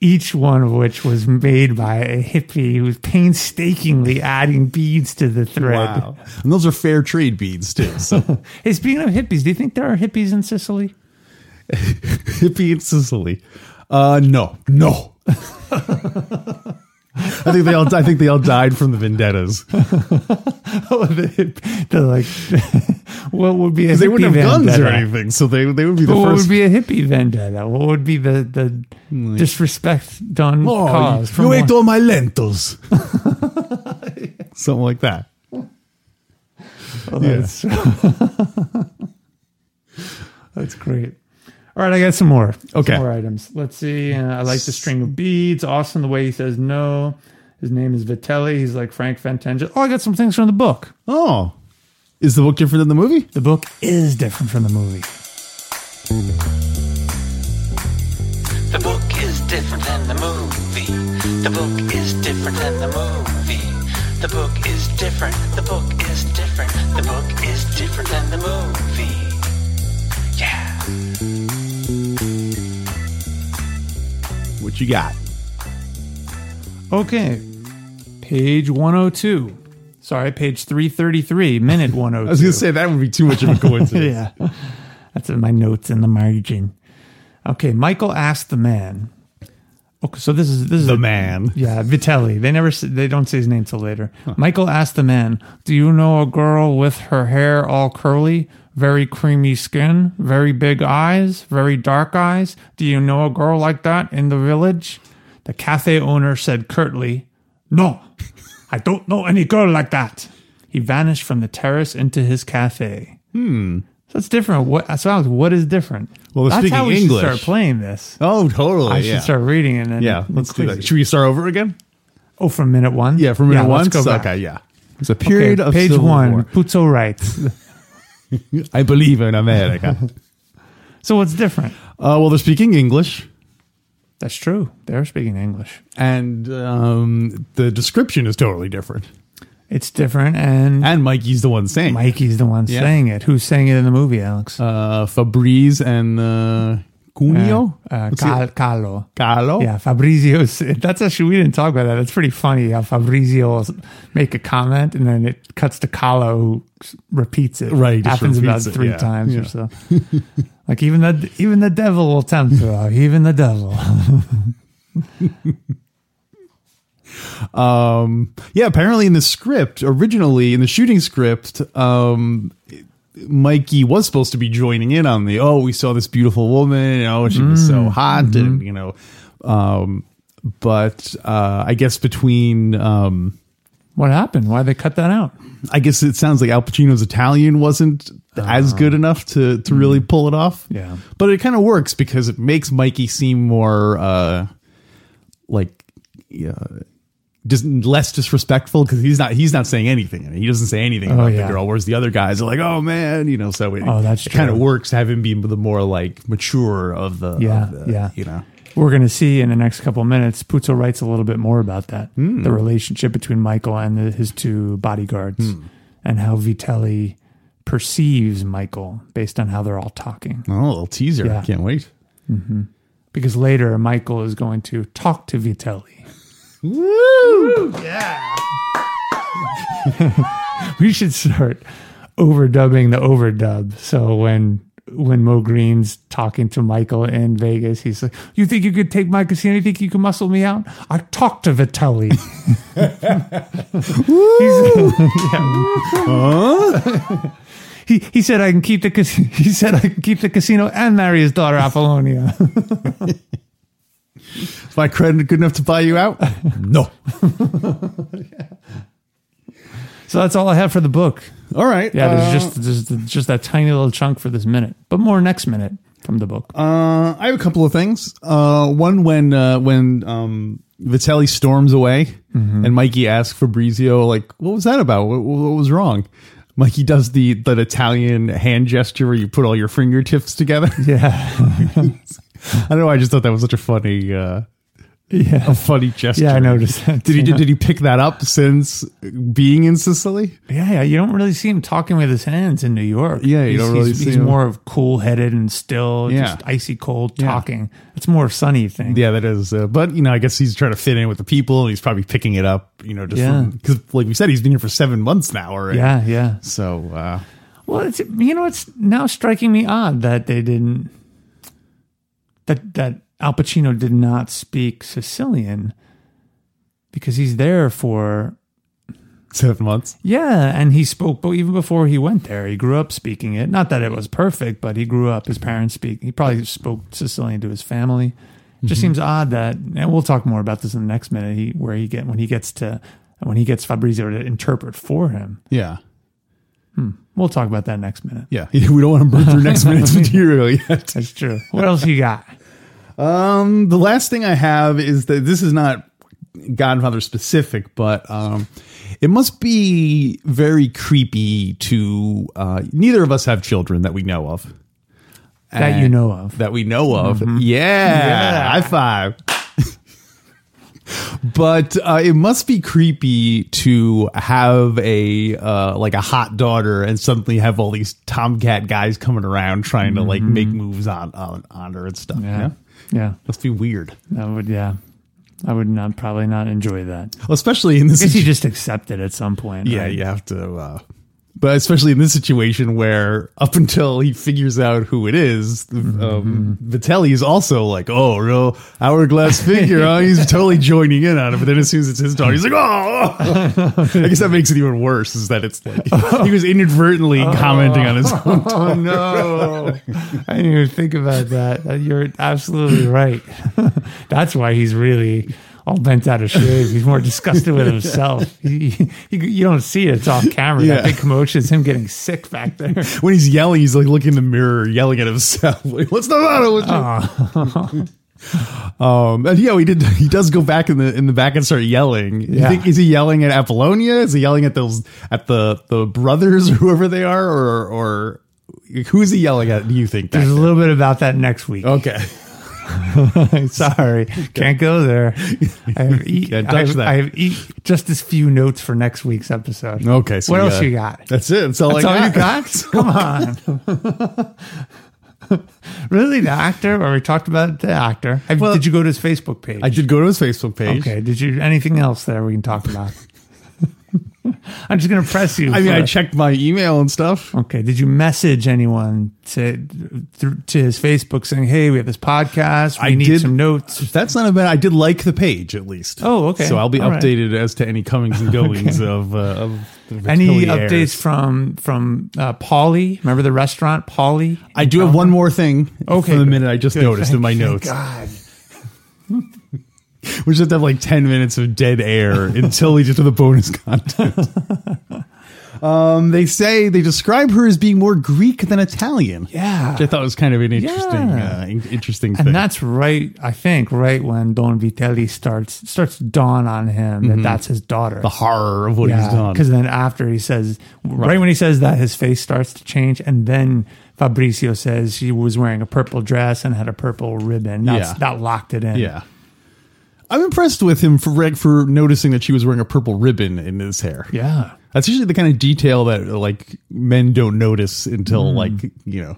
[SPEAKER 2] each one of which was made by a hippie who was painstakingly adding beads to the thread.
[SPEAKER 1] and those are fair trade beads too.
[SPEAKER 2] *laughs*
[SPEAKER 1] So
[SPEAKER 2] Hey, speaking of hippies, do you think there are hippies in Sicily? *laughs*
[SPEAKER 1] hippie in Sicily. Uh, no, no. *laughs* I think they all. I think they all died from the
[SPEAKER 2] *laughs*
[SPEAKER 1] vendettas.
[SPEAKER 2] Oh, the hip, the like, *laughs* what would be a hippie
[SPEAKER 1] They wouldn't have guns
[SPEAKER 2] vendetta?
[SPEAKER 1] or anything, so they they would be the
[SPEAKER 2] But what
[SPEAKER 1] first.
[SPEAKER 2] would be a hippie vendetta? What would be the the disrespect done
[SPEAKER 1] Oh,
[SPEAKER 2] caused?
[SPEAKER 1] you, you
[SPEAKER 2] one-
[SPEAKER 1] ate all my lentils. *laughs* Something like that.
[SPEAKER 2] Oh, that's, *laughs* that's great. All right, I got some more.
[SPEAKER 1] Okay.
[SPEAKER 2] Some more items. Let's see. Uh, I like the string of beads. Austin, the way he says no. His name is Vitelli. He's like Frank Fantangelo. Oh, I got some things from the book.
[SPEAKER 1] Oh, is the book different than the movie?
[SPEAKER 2] The book is different from the movie.
[SPEAKER 3] The book is different than the movie. The book is different than the movie. The book is different. The book is different. The book is different than the movie. Yeah.
[SPEAKER 1] What you got?
[SPEAKER 2] Okay. Page 102. Sorry, page 333, minute 102. *laughs*
[SPEAKER 1] I was going to say that would be too much of a coincidence.
[SPEAKER 2] yeah. *laughs* That's in my notes in the margin. Okay, Michael asked the man. Okay, so this is this is
[SPEAKER 1] The
[SPEAKER 2] a-
[SPEAKER 1] man.
[SPEAKER 2] Yeah, Vitelli. They never s- they don't say his name till later. Michael asked the man, "Do you know a girl with her hair all curly, very creamy skin, very big eyes, very dark eyes? Do you know a girl like that in the village?" The cafe owner said curtly, "No. I don't know any girl like that." He vanished from the terrace into his cafe. Hmm. So it's different. What so Alex, what is different?
[SPEAKER 1] Well,
[SPEAKER 2] that's
[SPEAKER 1] speaking
[SPEAKER 2] how we
[SPEAKER 1] English-
[SPEAKER 2] should start playing this.
[SPEAKER 1] Oh, totally.
[SPEAKER 2] I
[SPEAKER 1] yeah.
[SPEAKER 2] should start reading and then
[SPEAKER 1] Yeah, let's do
[SPEAKER 2] quiz
[SPEAKER 1] that.
[SPEAKER 2] it.
[SPEAKER 1] Should we start over again?
[SPEAKER 2] Oh, from minute one.
[SPEAKER 1] Yeah, from minute
[SPEAKER 2] let's
[SPEAKER 1] one.
[SPEAKER 2] go
[SPEAKER 1] So-
[SPEAKER 2] back.
[SPEAKER 1] Okay, yeah. It's a
[SPEAKER 2] Okay,
[SPEAKER 1] period of
[SPEAKER 2] page
[SPEAKER 1] civil
[SPEAKER 2] one.
[SPEAKER 1] war.
[SPEAKER 2] Puto writes.
[SPEAKER 1] I believe in
[SPEAKER 2] *laughs*
[SPEAKER 1] America.
[SPEAKER 2] So what's different?
[SPEAKER 1] uh, well, they're speaking English,
[SPEAKER 2] That's true. They're speaking English.
[SPEAKER 1] and um, the description is totally different.
[SPEAKER 2] It's different, and
[SPEAKER 1] And Mikey's the one saying.
[SPEAKER 2] Mikey's the one
[SPEAKER 1] Yeah.
[SPEAKER 2] saying it. Who's saying it in the movie, Alex?
[SPEAKER 1] Uh, Fabriz and uh, Cunio?
[SPEAKER 2] Uh, uh,
[SPEAKER 1] What's the-
[SPEAKER 2] Cal- Calo.
[SPEAKER 1] Calo?
[SPEAKER 2] Yeah, Fabrizio's. That's actually, we didn't talk about that. It's pretty funny how Fabrizio will make a comment and then it cuts to Kahlo who s- repeats it.
[SPEAKER 1] Right, just
[SPEAKER 2] Happens about
[SPEAKER 1] repeats it,
[SPEAKER 2] three
[SPEAKER 1] yeah,
[SPEAKER 2] times
[SPEAKER 1] yeah.
[SPEAKER 2] or
[SPEAKER 1] *laughs*
[SPEAKER 2] so. like even the, even the devil will tempt you. uh, Even the devil.
[SPEAKER 1] Um, yeah, apparently in the script, originally in the shooting script, um, Mikey was supposed to be joining in on the oh, we saw this beautiful woman, you know, she was
[SPEAKER 2] Mm-hmm.
[SPEAKER 1] so hot, and you know, um, but uh, I guess between, um,
[SPEAKER 2] What happened? Why they cut that out?
[SPEAKER 1] I guess it sounds like Al Pacino's Italian wasn't as good enough to to really pull it off.
[SPEAKER 2] Uh-huh. Mm. Yeah.
[SPEAKER 1] but it kind of works because it makes Mikey seem more uh, like yeah, just less disrespectful because he's not he's not saying anything. He doesn't say anything about
[SPEAKER 2] Oh, yeah.
[SPEAKER 1] the girl. Whereas the other guys are like, oh man, you know. So it,
[SPEAKER 2] Oh, that's
[SPEAKER 1] it kind of
[SPEAKER 2] true.
[SPEAKER 1] works to have him be the more like mature of the of
[SPEAKER 2] Yeah,
[SPEAKER 1] the,
[SPEAKER 2] yeah.
[SPEAKER 1] you know.
[SPEAKER 2] We're going to see in the next couple of minutes. Puzo writes a little bit more about that the relationship between Michael and the, his two bodyguards and how Vitelli perceives Michael based on how they're all talking.
[SPEAKER 1] Oh, a little teaser!
[SPEAKER 2] Yeah.
[SPEAKER 1] Can't wait.
[SPEAKER 2] Because later, Michael is going to talk to Vitelli.
[SPEAKER 1] Woo!
[SPEAKER 2] We should start overdubbing the overdub. So when when Mo Green's talking to Michael in Vegas, he's like, "You think you could take my casino? You think you can muscle me out? I talked
[SPEAKER 1] *laughs*
[SPEAKER 2] to Vitelli." He's- he he said I can keep the cas- *laughs* he said I can keep the casino and marry his daughter Apollonia. *laughs*
[SPEAKER 1] Is my credit good enough to buy you
[SPEAKER 2] *laughs*
[SPEAKER 1] out? no.
[SPEAKER 2] so that's all I have for the book.
[SPEAKER 1] All right.
[SPEAKER 2] Yeah,
[SPEAKER 1] uh,
[SPEAKER 2] there's just there's just that tiny little chunk for this minute, but more next minute from the book.
[SPEAKER 1] Uh, I have a couple of things. Uh, one when uh, when um, Vitelli storms away
[SPEAKER 2] Mm-hmm.
[SPEAKER 1] and Mikey asks Fabrizio like, "What was that about? What, what was wrong?" Mikey does the that Italian hand gesture where you put all your fingertips together.
[SPEAKER 2] *laughs* yeah,
[SPEAKER 1] *laughs* I don't know. I just thought that was such a funny, uh,
[SPEAKER 2] yeah,
[SPEAKER 1] a funny gesture.
[SPEAKER 2] yeah. I noticed that.
[SPEAKER 1] Did he
[SPEAKER 2] yeah.
[SPEAKER 1] did he pick that up since being in Sicily?
[SPEAKER 2] yeah, yeah. You don't really see him talking with his hands in New York.
[SPEAKER 1] Yeah, you
[SPEAKER 2] he's,
[SPEAKER 1] don't really
[SPEAKER 2] he's,
[SPEAKER 1] see
[SPEAKER 2] he's
[SPEAKER 1] him.
[SPEAKER 2] more of cool headed and still, just
[SPEAKER 1] Yeah.
[SPEAKER 2] icy cold talking. It's more sunny thing.
[SPEAKER 1] Yeah, that is. Uh, but you know, I guess he's trying to fit in with the people. And he's probably picking it up. You know, just
[SPEAKER 2] Yeah.
[SPEAKER 1] because, like we said, he's been here for seven months now already.
[SPEAKER 2] yeah, yeah.
[SPEAKER 1] So. Uh,
[SPEAKER 2] Well, it's you know it's now striking me odd that they didn't that that Al Pacino did not speak Sicilian because he's there for
[SPEAKER 1] seven months.
[SPEAKER 2] Yeah, and he spoke, but even before he went there, he grew up speaking it. Not that it was perfect, but he grew up. His parents speak. He probably spoke Sicilian to his family. It Just seems odd that, and we'll talk more about this in the next minute. He, where he get when he gets to when he gets Fabrizio to interpret for him.
[SPEAKER 1] Yeah.
[SPEAKER 2] We'll talk about that next minute.
[SPEAKER 1] Yeah. *laughs* We don't want to burn through *laughs* next minute's material yet.
[SPEAKER 2] That's true. What else you got?
[SPEAKER 1] Um, the last thing I have is that this is not Godfather specific, but um, it must be very creepy to uh, neither of us have children that we know of.
[SPEAKER 2] That you know of. Mm-hmm.
[SPEAKER 1] That we know of. Yeah, High five. but uh, it must be creepy to have a uh, like a hot daughter and suddenly have all these tomcat guys coming around trying to like make moves on on, on her and stuff. Yeah.
[SPEAKER 2] Mm-hmm. yeah,
[SPEAKER 1] Must be weird,
[SPEAKER 2] I would. Yeah, I would not probably not enjoy that. I
[SPEAKER 1] especially in this.
[SPEAKER 2] guess you
[SPEAKER 1] situ-
[SPEAKER 2] just accept it at some point.
[SPEAKER 1] yeah,
[SPEAKER 2] right?
[SPEAKER 1] you have to. Uh, but especially in this situation where up until he figures out who it is, um, Vitelli is also like, oh, real hourglass figure. huh? *laughs* He's totally joining in on it. But then as soon as it's his daughter, he's like, oh. I guess that makes it even worse is that it's like he was *laughs* inadvertently commenting on his own.
[SPEAKER 2] Oh no! I didn't even think about that. Uh, You're absolutely right. *laughs* That's why he's really all bent out of shape. He's more disgusted
[SPEAKER 1] *laughs*
[SPEAKER 2] with himself. He, he, you don't see it; it's off camera.
[SPEAKER 1] Yeah.
[SPEAKER 2] That big commotion is him getting sick back
[SPEAKER 1] *laughs*
[SPEAKER 2] there.
[SPEAKER 1] When he's yelling, he's like looking in the mirror, yelling at himself. *laughs* Like, What's the matter with you?
[SPEAKER 2] Uh.
[SPEAKER 1] *laughs* Um, and yeah, he did. He does go back in the in the back and start yelling. You
[SPEAKER 2] Yeah.
[SPEAKER 1] think is he yelling at Apollonia? Is he yelling at those at the the brothers or whoever they are, or or who is he yelling at? Do you think?
[SPEAKER 2] There's
[SPEAKER 1] That?
[SPEAKER 2] a little bit about that next week.
[SPEAKER 1] Okay, Oh,
[SPEAKER 2] *laughs* Sorry, can't
[SPEAKER 1] *laughs*
[SPEAKER 2] go there. I have, eat,
[SPEAKER 1] Can't touch
[SPEAKER 2] I have,
[SPEAKER 1] that.
[SPEAKER 2] I have eat just as few notes for next week's episode.
[SPEAKER 1] Okay. So
[SPEAKER 2] what
[SPEAKER 1] we
[SPEAKER 2] else you got?
[SPEAKER 1] That's it. That's all
[SPEAKER 2] That's all
[SPEAKER 1] I
[SPEAKER 2] you got? Come on. really, the actor? Or we talked about the actor. Have,
[SPEAKER 1] Well-
[SPEAKER 2] did you go to his Facebook page?
[SPEAKER 1] *laughs* I did go to his Facebook page.
[SPEAKER 2] Okay. Did you anything else there we can talk about? *laughs* I'm just gonna press you.
[SPEAKER 1] I mean,
[SPEAKER 2] for-
[SPEAKER 1] I checked my email and stuff.
[SPEAKER 2] Okay. Did you message anyone to through, to his Facebook saying, "Hey, we have this podcast. We
[SPEAKER 1] I
[SPEAKER 2] need
[SPEAKER 1] did-
[SPEAKER 2] some notes."
[SPEAKER 1] That's not a bad. I did like the page at least.
[SPEAKER 2] Oh, okay.
[SPEAKER 1] So I'll be
[SPEAKER 2] All right.
[SPEAKER 1] updated as to any comings and goings of uh, of the
[SPEAKER 2] *laughs* Any
[SPEAKER 1] Viteliers.
[SPEAKER 2] updates from from uh, Polly? Remember the restaurant Polly?
[SPEAKER 1] I do have one more thing.
[SPEAKER 2] Uh-huh. Okay,
[SPEAKER 1] For the
[SPEAKER 2] good.
[SPEAKER 1] minute I just noticed in my notes,
[SPEAKER 2] God.
[SPEAKER 1] we just have to have like ten minutes of dead
[SPEAKER 2] *laughs*
[SPEAKER 1] air until we get to the bonus content. um, they say they describe her as being more Greek than Italian.
[SPEAKER 2] Yeah.
[SPEAKER 1] Which I thought was kind of an interesting,
[SPEAKER 2] Yeah.
[SPEAKER 1] uh, in- interesting thing.
[SPEAKER 2] And that's right, I think, right when Don Vitelli starts starts dawn on him
[SPEAKER 1] Mm-hmm.
[SPEAKER 2] that that's his daughter.
[SPEAKER 1] the horror of what he's done.
[SPEAKER 2] Because then after he says, right. when he says that, his face starts to change, and then Fabrizio says she was wearing a purple dress and had a purple ribbon. That's,
[SPEAKER 1] Yeah.
[SPEAKER 2] That locked it in.
[SPEAKER 1] Yeah. I'm impressed with him for Reg for noticing that she was wearing a purple ribbon in his hair.
[SPEAKER 2] Yeah.
[SPEAKER 1] That's usually the kind of detail that like men don't notice until like, you know.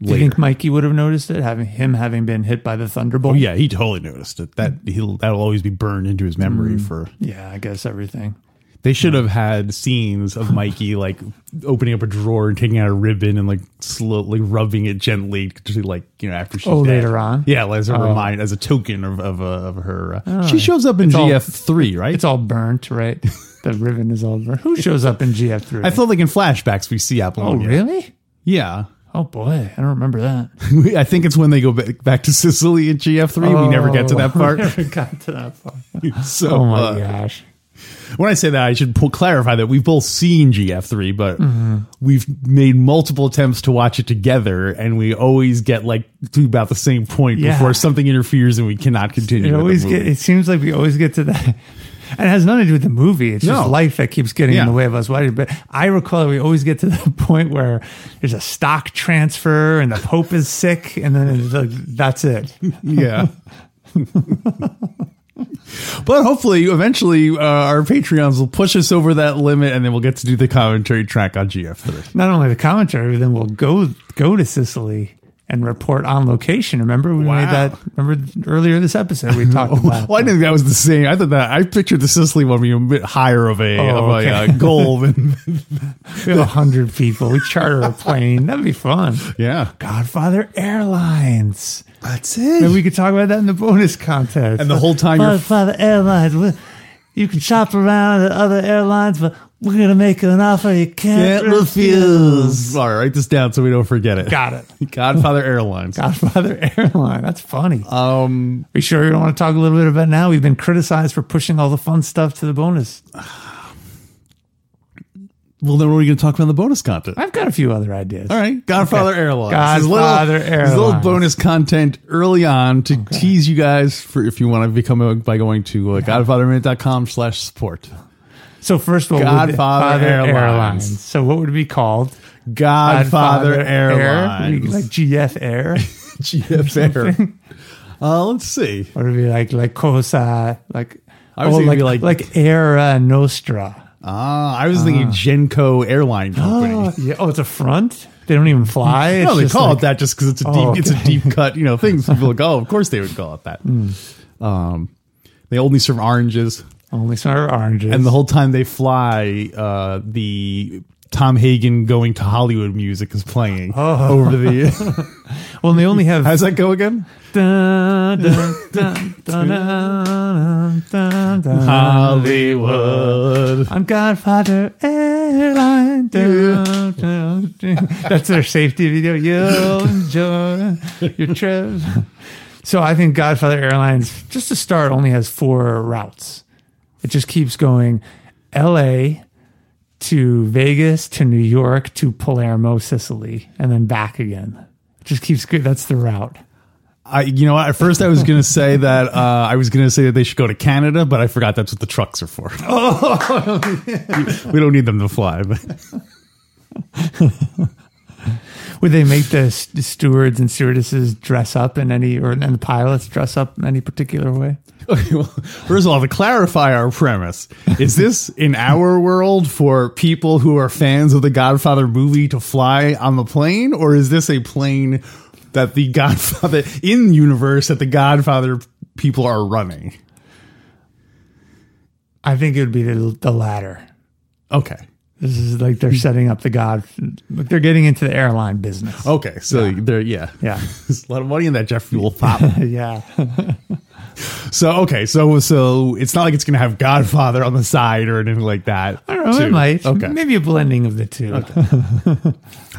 [SPEAKER 2] Do you
[SPEAKER 1] Later.
[SPEAKER 2] Mm. think Mikey would have noticed it, having him having been hit by the thunderbolt?
[SPEAKER 1] Oh, yeah, he totally noticed it. That he'll that'll always be burned into his memory
[SPEAKER 2] Mm.
[SPEAKER 1] for
[SPEAKER 2] yeah, I guess everything.
[SPEAKER 1] They should have had scenes of Mikey like opening up a drawer and taking out a ribbon and like slowly rubbing it gently to like you know after she's
[SPEAKER 2] Oh,
[SPEAKER 1] dead.
[SPEAKER 2] later on? Oh.
[SPEAKER 1] yeah as a remind as a token of of, uh, of her. Uh, she shows up in
[SPEAKER 2] all-
[SPEAKER 1] GF three right.
[SPEAKER 2] It's all burnt, right?
[SPEAKER 1] *laughs*
[SPEAKER 2] the ribbon is all burnt. Who shows up in GF3?
[SPEAKER 1] I feel like in flashbacks we see
[SPEAKER 2] oh,
[SPEAKER 1] Apollonia.
[SPEAKER 2] really?
[SPEAKER 1] Yeah, *laughs*
[SPEAKER 2] Oh, boy. I don't remember that.
[SPEAKER 1] I think it's when they go back, back to *laughs* Sicily in GF three. we never get to that
[SPEAKER 2] Oh, *laughs*
[SPEAKER 1] part.
[SPEAKER 2] we never got to that part.
[SPEAKER 1] so
[SPEAKER 2] Oh, my
[SPEAKER 1] uh,
[SPEAKER 2] gosh.
[SPEAKER 1] when I say that, I should po- clarify that we've both seen GF3, but
[SPEAKER 2] Mm-hmm.
[SPEAKER 1] we've made multiple attempts to watch it together, and we always get like to about the same point
[SPEAKER 2] Yeah.
[SPEAKER 1] before something interferes and we cannot continue. with
[SPEAKER 2] It
[SPEAKER 1] the
[SPEAKER 2] always get.
[SPEAKER 1] movie.
[SPEAKER 2] It seems like we always get to that, *laughs* and it has nothing to do with the movie. It's just
[SPEAKER 1] No.
[SPEAKER 2] life that keeps getting
[SPEAKER 1] Yeah.
[SPEAKER 2] in the way of us watching. But I recall that we always get to *laughs* the point where there's a stock transfer and the Pope is sick, and then it's like, that's it.
[SPEAKER 1] yeah.
[SPEAKER 2] *laughs*
[SPEAKER 1] but hopefully, eventually, uh, our Patreons will push us over that limit, and then we'll get to do the commentary track on GF3.
[SPEAKER 2] Not only the commentary, but then we'll go go to Sicily and report on location. Remember we made
[SPEAKER 1] Wow.
[SPEAKER 2] that. Remember earlier this episode we
[SPEAKER 1] *laughs*
[SPEAKER 2] talked about.
[SPEAKER 1] Well, I didn't think that was the same. I thought that I pictured the Sicily one being a bit higher of a,
[SPEAKER 2] Oh,
[SPEAKER 1] of a
[SPEAKER 2] okay.
[SPEAKER 1] uh, goal
[SPEAKER 2] *laughs*
[SPEAKER 1] than
[SPEAKER 2] We have a hundred people. We charter a plane. That'd be fun.
[SPEAKER 1] *laughs* yeah.
[SPEAKER 2] Godfather Airlines.
[SPEAKER 1] That's it.
[SPEAKER 2] And we could talk about that in the bonus contest.
[SPEAKER 1] And the whole time you're-
[SPEAKER 2] Father Airlines, we- you can shop around at other airlines, but we're gonna make you an offer you can't, refuse.
[SPEAKER 1] All right, write this down so we don't forget it.
[SPEAKER 2] Got it.
[SPEAKER 1] Godfather Airlines.
[SPEAKER 2] Godfather *laughs* Airline. That's funny. Are
[SPEAKER 1] Um,
[SPEAKER 2] you sure you don't want to talk a little bit about it now? We've been criticized for pushing all the fun stuff to the bonus.
[SPEAKER 1] well, then what are we going to talk about in the bonus content?
[SPEAKER 2] I've got a few other ideas.
[SPEAKER 1] All right, Godfather Airlines. There's
[SPEAKER 2] Godfather
[SPEAKER 1] There's a little
[SPEAKER 2] Airlines.
[SPEAKER 1] bonus content early on to tease you guys for if you want to become a, by going to uh, godfatherminute.com slash support.
[SPEAKER 2] So first of all,
[SPEAKER 1] Godfather Airlines.
[SPEAKER 2] So what would it be called?
[SPEAKER 1] Godfather,
[SPEAKER 2] Air?
[SPEAKER 1] Airlines.
[SPEAKER 2] like GF
[SPEAKER 1] *laughs*
[SPEAKER 2] Air.
[SPEAKER 1] GF Air. Uh, let's see.
[SPEAKER 2] Or it'd be like like cosa, like
[SPEAKER 1] I was
[SPEAKER 2] oh,
[SPEAKER 1] thinking
[SPEAKER 2] like,
[SPEAKER 1] it'd
[SPEAKER 2] like
[SPEAKER 1] be like-
[SPEAKER 2] Era Nostra.
[SPEAKER 1] Ah, I was thinking Genco
[SPEAKER 2] *gasps*
[SPEAKER 1] Airline Company.
[SPEAKER 2] Oh, yeah. oh, Uh. it's a front. They don't even fly. It's
[SPEAKER 1] No, they
[SPEAKER 2] just
[SPEAKER 1] call
[SPEAKER 2] like-
[SPEAKER 1] it that just because it's a deep,
[SPEAKER 2] Oh,
[SPEAKER 1] it's a
[SPEAKER 2] okay. Hmm.
[SPEAKER 1] deep cut. You know, things
[SPEAKER 2] *laughs*
[SPEAKER 1] people are like, oh, of course they would call it that. Um, they only serve oranges,
[SPEAKER 2] Only serve oranges.
[SPEAKER 1] and the whole time they fly, uh, the Tom Hagen going to Hollywood music is playing
[SPEAKER 2] Oh.
[SPEAKER 1] over
[SPEAKER 2] *laughs*
[SPEAKER 1] the. *laughs*
[SPEAKER 2] well, and they only have.
[SPEAKER 1] How's that go again?
[SPEAKER 2] Dun, dun, dun, dun, dun, dun, dun.
[SPEAKER 1] Hollywood.
[SPEAKER 2] I'm Godfather Airline. Dun, dun, dun. *laughs* That's their safety video. You'll enjoy your trip. So I think Godfather Airlines, just to start, only has four routes. It just keeps going LA to Vegas to New York to Palermo, Sicily, and then back again. It just keeps, go- that's the route.
[SPEAKER 1] I, you know, at first I was gonna say that uh, I was gonna say that they should go to Canada, but I forgot that's what the trucks are for. *laughs* Oh, we don't need them to fly, but
[SPEAKER 2] Would they make the s- the stewards and stewardesses dress up in any, or and the pilots dress up in any particular way?
[SPEAKER 1] *laughs* Okay, well, first of all, to clarify our premise, is this in our world for people who are fans of the Godfather movie to fly on the plane, or is this a plane that the Godfather in universe that the Godfather people are running?
[SPEAKER 2] I think it would be the, the latter.
[SPEAKER 1] Okay,
[SPEAKER 2] This is like
[SPEAKER 1] Hmm.
[SPEAKER 2] they're setting up the God. Like they're getting into the airline business.
[SPEAKER 1] okay, so there, yeah,
[SPEAKER 2] Yeah.
[SPEAKER 1] *laughs*
[SPEAKER 2] *laughs*
[SPEAKER 1] There's a lot of money in that Jeff Fuel pop. *laughs*
[SPEAKER 2] yeah.
[SPEAKER 1] so okay, so so it's not like it's gonna have Godfather on the side or anything like that.
[SPEAKER 2] I don't know. It
[SPEAKER 1] too.
[SPEAKER 2] might.
[SPEAKER 1] Okay,
[SPEAKER 2] Maybe a blending of the two.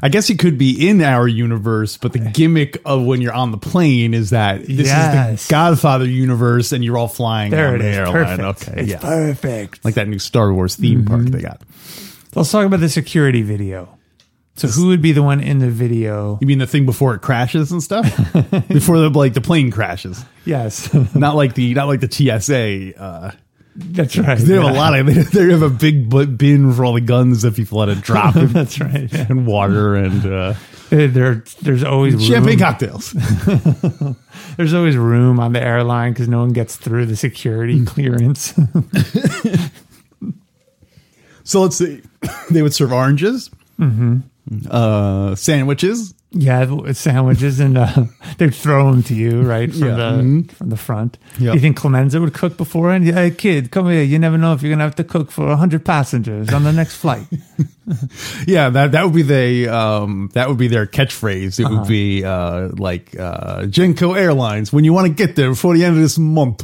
[SPEAKER 1] I guess it could be in our universe, but the gimmick of when you're on the plane is that this is
[SPEAKER 2] Yes.
[SPEAKER 1] the Godfather universe and you're all flying
[SPEAKER 2] *laughs* There
[SPEAKER 1] on
[SPEAKER 2] it
[SPEAKER 1] the
[SPEAKER 2] is.
[SPEAKER 1] airline.
[SPEAKER 2] Perfect. Mm-hmm.
[SPEAKER 1] Okay,
[SPEAKER 2] It's
[SPEAKER 1] yeah.
[SPEAKER 2] perfect.
[SPEAKER 1] Like that new Star Wars theme park they got.
[SPEAKER 2] Let's talk about the security video. So who would be the one in the video?
[SPEAKER 1] You mean the thing before it crashes and
[SPEAKER 2] *laughs*
[SPEAKER 1] stuff? before the like the plane crashes.
[SPEAKER 2] Yes,
[SPEAKER 1] Not like the not like the TSA. Uh,
[SPEAKER 2] *laughs* that's right.
[SPEAKER 1] they have a
[SPEAKER 2] *laughs*
[SPEAKER 1] lot of *laughs* they, they have a big bu- bin for all the guns that people let it
[SPEAKER 2] *laughs*
[SPEAKER 1] drop and, *laughs*
[SPEAKER 2] That's right. yeah.
[SPEAKER 1] and water and uh,
[SPEAKER 2] There, there- there's always
[SPEAKER 1] champagne
[SPEAKER 2] room.
[SPEAKER 1] cocktails. *laughs*
[SPEAKER 2] There's always room on the airline because no one gets through the
[SPEAKER 1] Hmm.
[SPEAKER 2] security clearance. *laughs*
[SPEAKER 1] So let's see. *laughs* they would serve oranges,
[SPEAKER 2] Mm-hmm.
[SPEAKER 1] uh, sandwiches.
[SPEAKER 2] yeah, th- sandwiches and uh, *laughs* they'd throw them to you right from
[SPEAKER 1] Yeah.
[SPEAKER 2] the from the front.
[SPEAKER 1] Yeah.
[SPEAKER 2] You think Clemenza would cook beforehand? Hey, kid, come here. You never know if you're gonna have to cook for hundred passengers on the next flight.
[SPEAKER 1] Yeah, that that would be the um, that would be their catchphrase. It
[SPEAKER 2] Uh-huh.
[SPEAKER 1] would be uh, like uh, Jenko Airlines when you want to get there before the end of this month.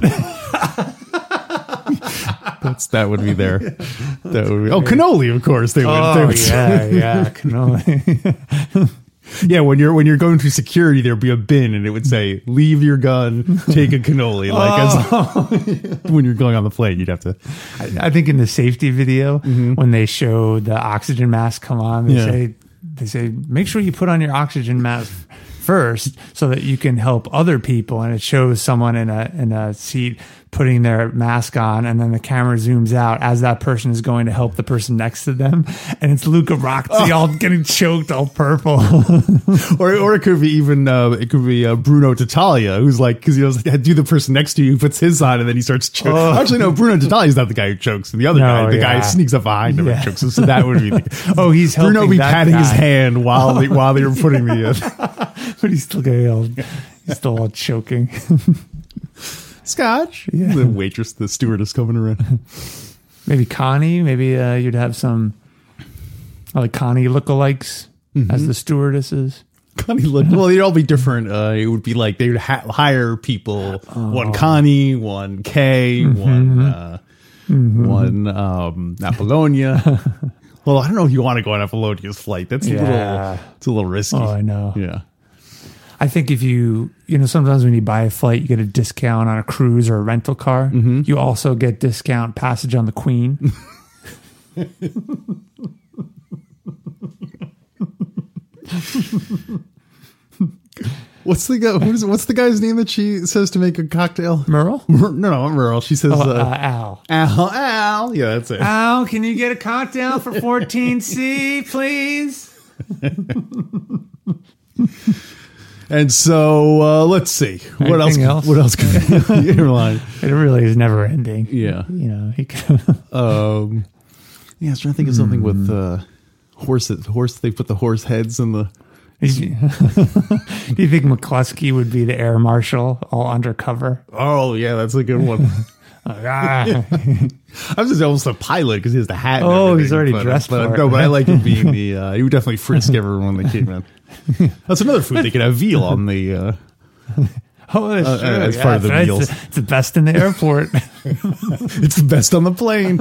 [SPEAKER 1] *laughs* That's that would be
[SPEAKER 2] *laughs*
[SPEAKER 1] their that would be, oh cannoli of course they would, they
[SPEAKER 2] *laughs* oh
[SPEAKER 1] would
[SPEAKER 2] yeah, *laughs* yeah, cannoli.
[SPEAKER 1] yeah when you're when you're going through security there'd be a bin and it would say leave your gun take a cannoli like
[SPEAKER 2] Oh.
[SPEAKER 1] as, *laughs* when you're going on the plane you'd have to
[SPEAKER 2] I think in the safety video when they show the oxygen mask come on, they
[SPEAKER 1] Yeah.
[SPEAKER 2] say they say make sure you put on your oxygen mask first so that you can help other people and it shows someone in a in a seat putting their mask on and then the camera zooms out as that person is going to help the person next to them and it's Luca Roxy all getting choked all purple.
[SPEAKER 1] Or, or it could be even uh, it could be uh, Bruno Tatalia, who's like because he knows *laughs* do the person next to you puts his on and then he starts choking. *laughs* Actually, no,
[SPEAKER 2] *laughs*
[SPEAKER 1] Bruno Tatalia's not the guy who chokes, and the other
[SPEAKER 2] Oh. No,
[SPEAKER 1] guy, the guy
[SPEAKER 2] yeah.
[SPEAKER 1] sneaks up behind him
[SPEAKER 2] Yeah.
[SPEAKER 1] and chokes him. So that would be
[SPEAKER 2] *laughs*
[SPEAKER 1] the,
[SPEAKER 2] *laughs* oh, he's helping
[SPEAKER 1] Bruno be
[SPEAKER 2] that
[SPEAKER 1] patting his
[SPEAKER 2] guy.
[SPEAKER 1] hand while they, while they were putting the
[SPEAKER 2] *laughs*
[SPEAKER 1] uh,
[SPEAKER 2] but he's still getting all, he's still all choking.
[SPEAKER 1] scotch. The waitress, the stewardess coming around.
[SPEAKER 2] maybe Connie. Maybe uh, you'd have some uh, like Connie lookalikes as the stewardesses.
[SPEAKER 1] Connie
[SPEAKER 2] *laughs*
[SPEAKER 1] looked well. They'd all be different. Uh, it would be like they would ha- hire people.
[SPEAKER 2] Oh.
[SPEAKER 1] One Connie, one Kay,
[SPEAKER 2] Mm-hmm,
[SPEAKER 1] one uh, one um,
[SPEAKER 2] *laughs*
[SPEAKER 1] Apollonia. well, I don't know if you want to go on Apollonia's flight. That's a
[SPEAKER 2] Yeah.
[SPEAKER 1] little. It's a little risky.
[SPEAKER 2] Oh, I know.
[SPEAKER 1] Yeah.
[SPEAKER 2] I think if you, you know, sometimes when you buy a flight, you get a discount on a cruise or a rental car. You also get discount passage on the *laughs* Queen.
[SPEAKER 1] What's the guy? What is, what's the guy's name that she says to make a cocktail?
[SPEAKER 2] Merle?
[SPEAKER 1] No, no, I'm Merle. She says,
[SPEAKER 2] Oh, uh,
[SPEAKER 1] uh,
[SPEAKER 2] Al.
[SPEAKER 1] "Al, Al." Yeah, that's it.
[SPEAKER 2] Al, can you get a cocktail for *laughs* 14C, please?
[SPEAKER 1] And so uh, let's see what else.
[SPEAKER 2] Anything else?
[SPEAKER 1] What else? Could
[SPEAKER 2] *laughs*
[SPEAKER 1] be on the airline?
[SPEAKER 2] It really is never ending.
[SPEAKER 1] Yeah.
[SPEAKER 2] You know, he *laughs*
[SPEAKER 1] Um, yeah, I was trying to think of something with uh, horses. Horse, they put the horse heads in the.
[SPEAKER 2] *laughs* Do you think McCluskey would be the air marshal all *laughs* undercover?
[SPEAKER 1] Oh yeah, that's a good *laughs* one.
[SPEAKER 2] Ah.
[SPEAKER 1] I was just almost a pilot because he has the hat. and
[SPEAKER 2] Oh, he's
[SPEAKER 1] everything,
[SPEAKER 2] already
[SPEAKER 1] but-
[SPEAKER 2] dressed
[SPEAKER 1] but,
[SPEAKER 2] for it.
[SPEAKER 1] No, but I like him
[SPEAKER 2] *laughs*
[SPEAKER 1] being the. Uh, he would definitely frisk everyone when they came in. That's another food they could have veal on the. Uh,
[SPEAKER 2] Oh, that's true.
[SPEAKER 1] as part of the
[SPEAKER 2] that's right.
[SPEAKER 1] meals.
[SPEAKER 2] It's, it's the best in the airport. *laughs*
[SPEAKER 1] it's the best on the plane.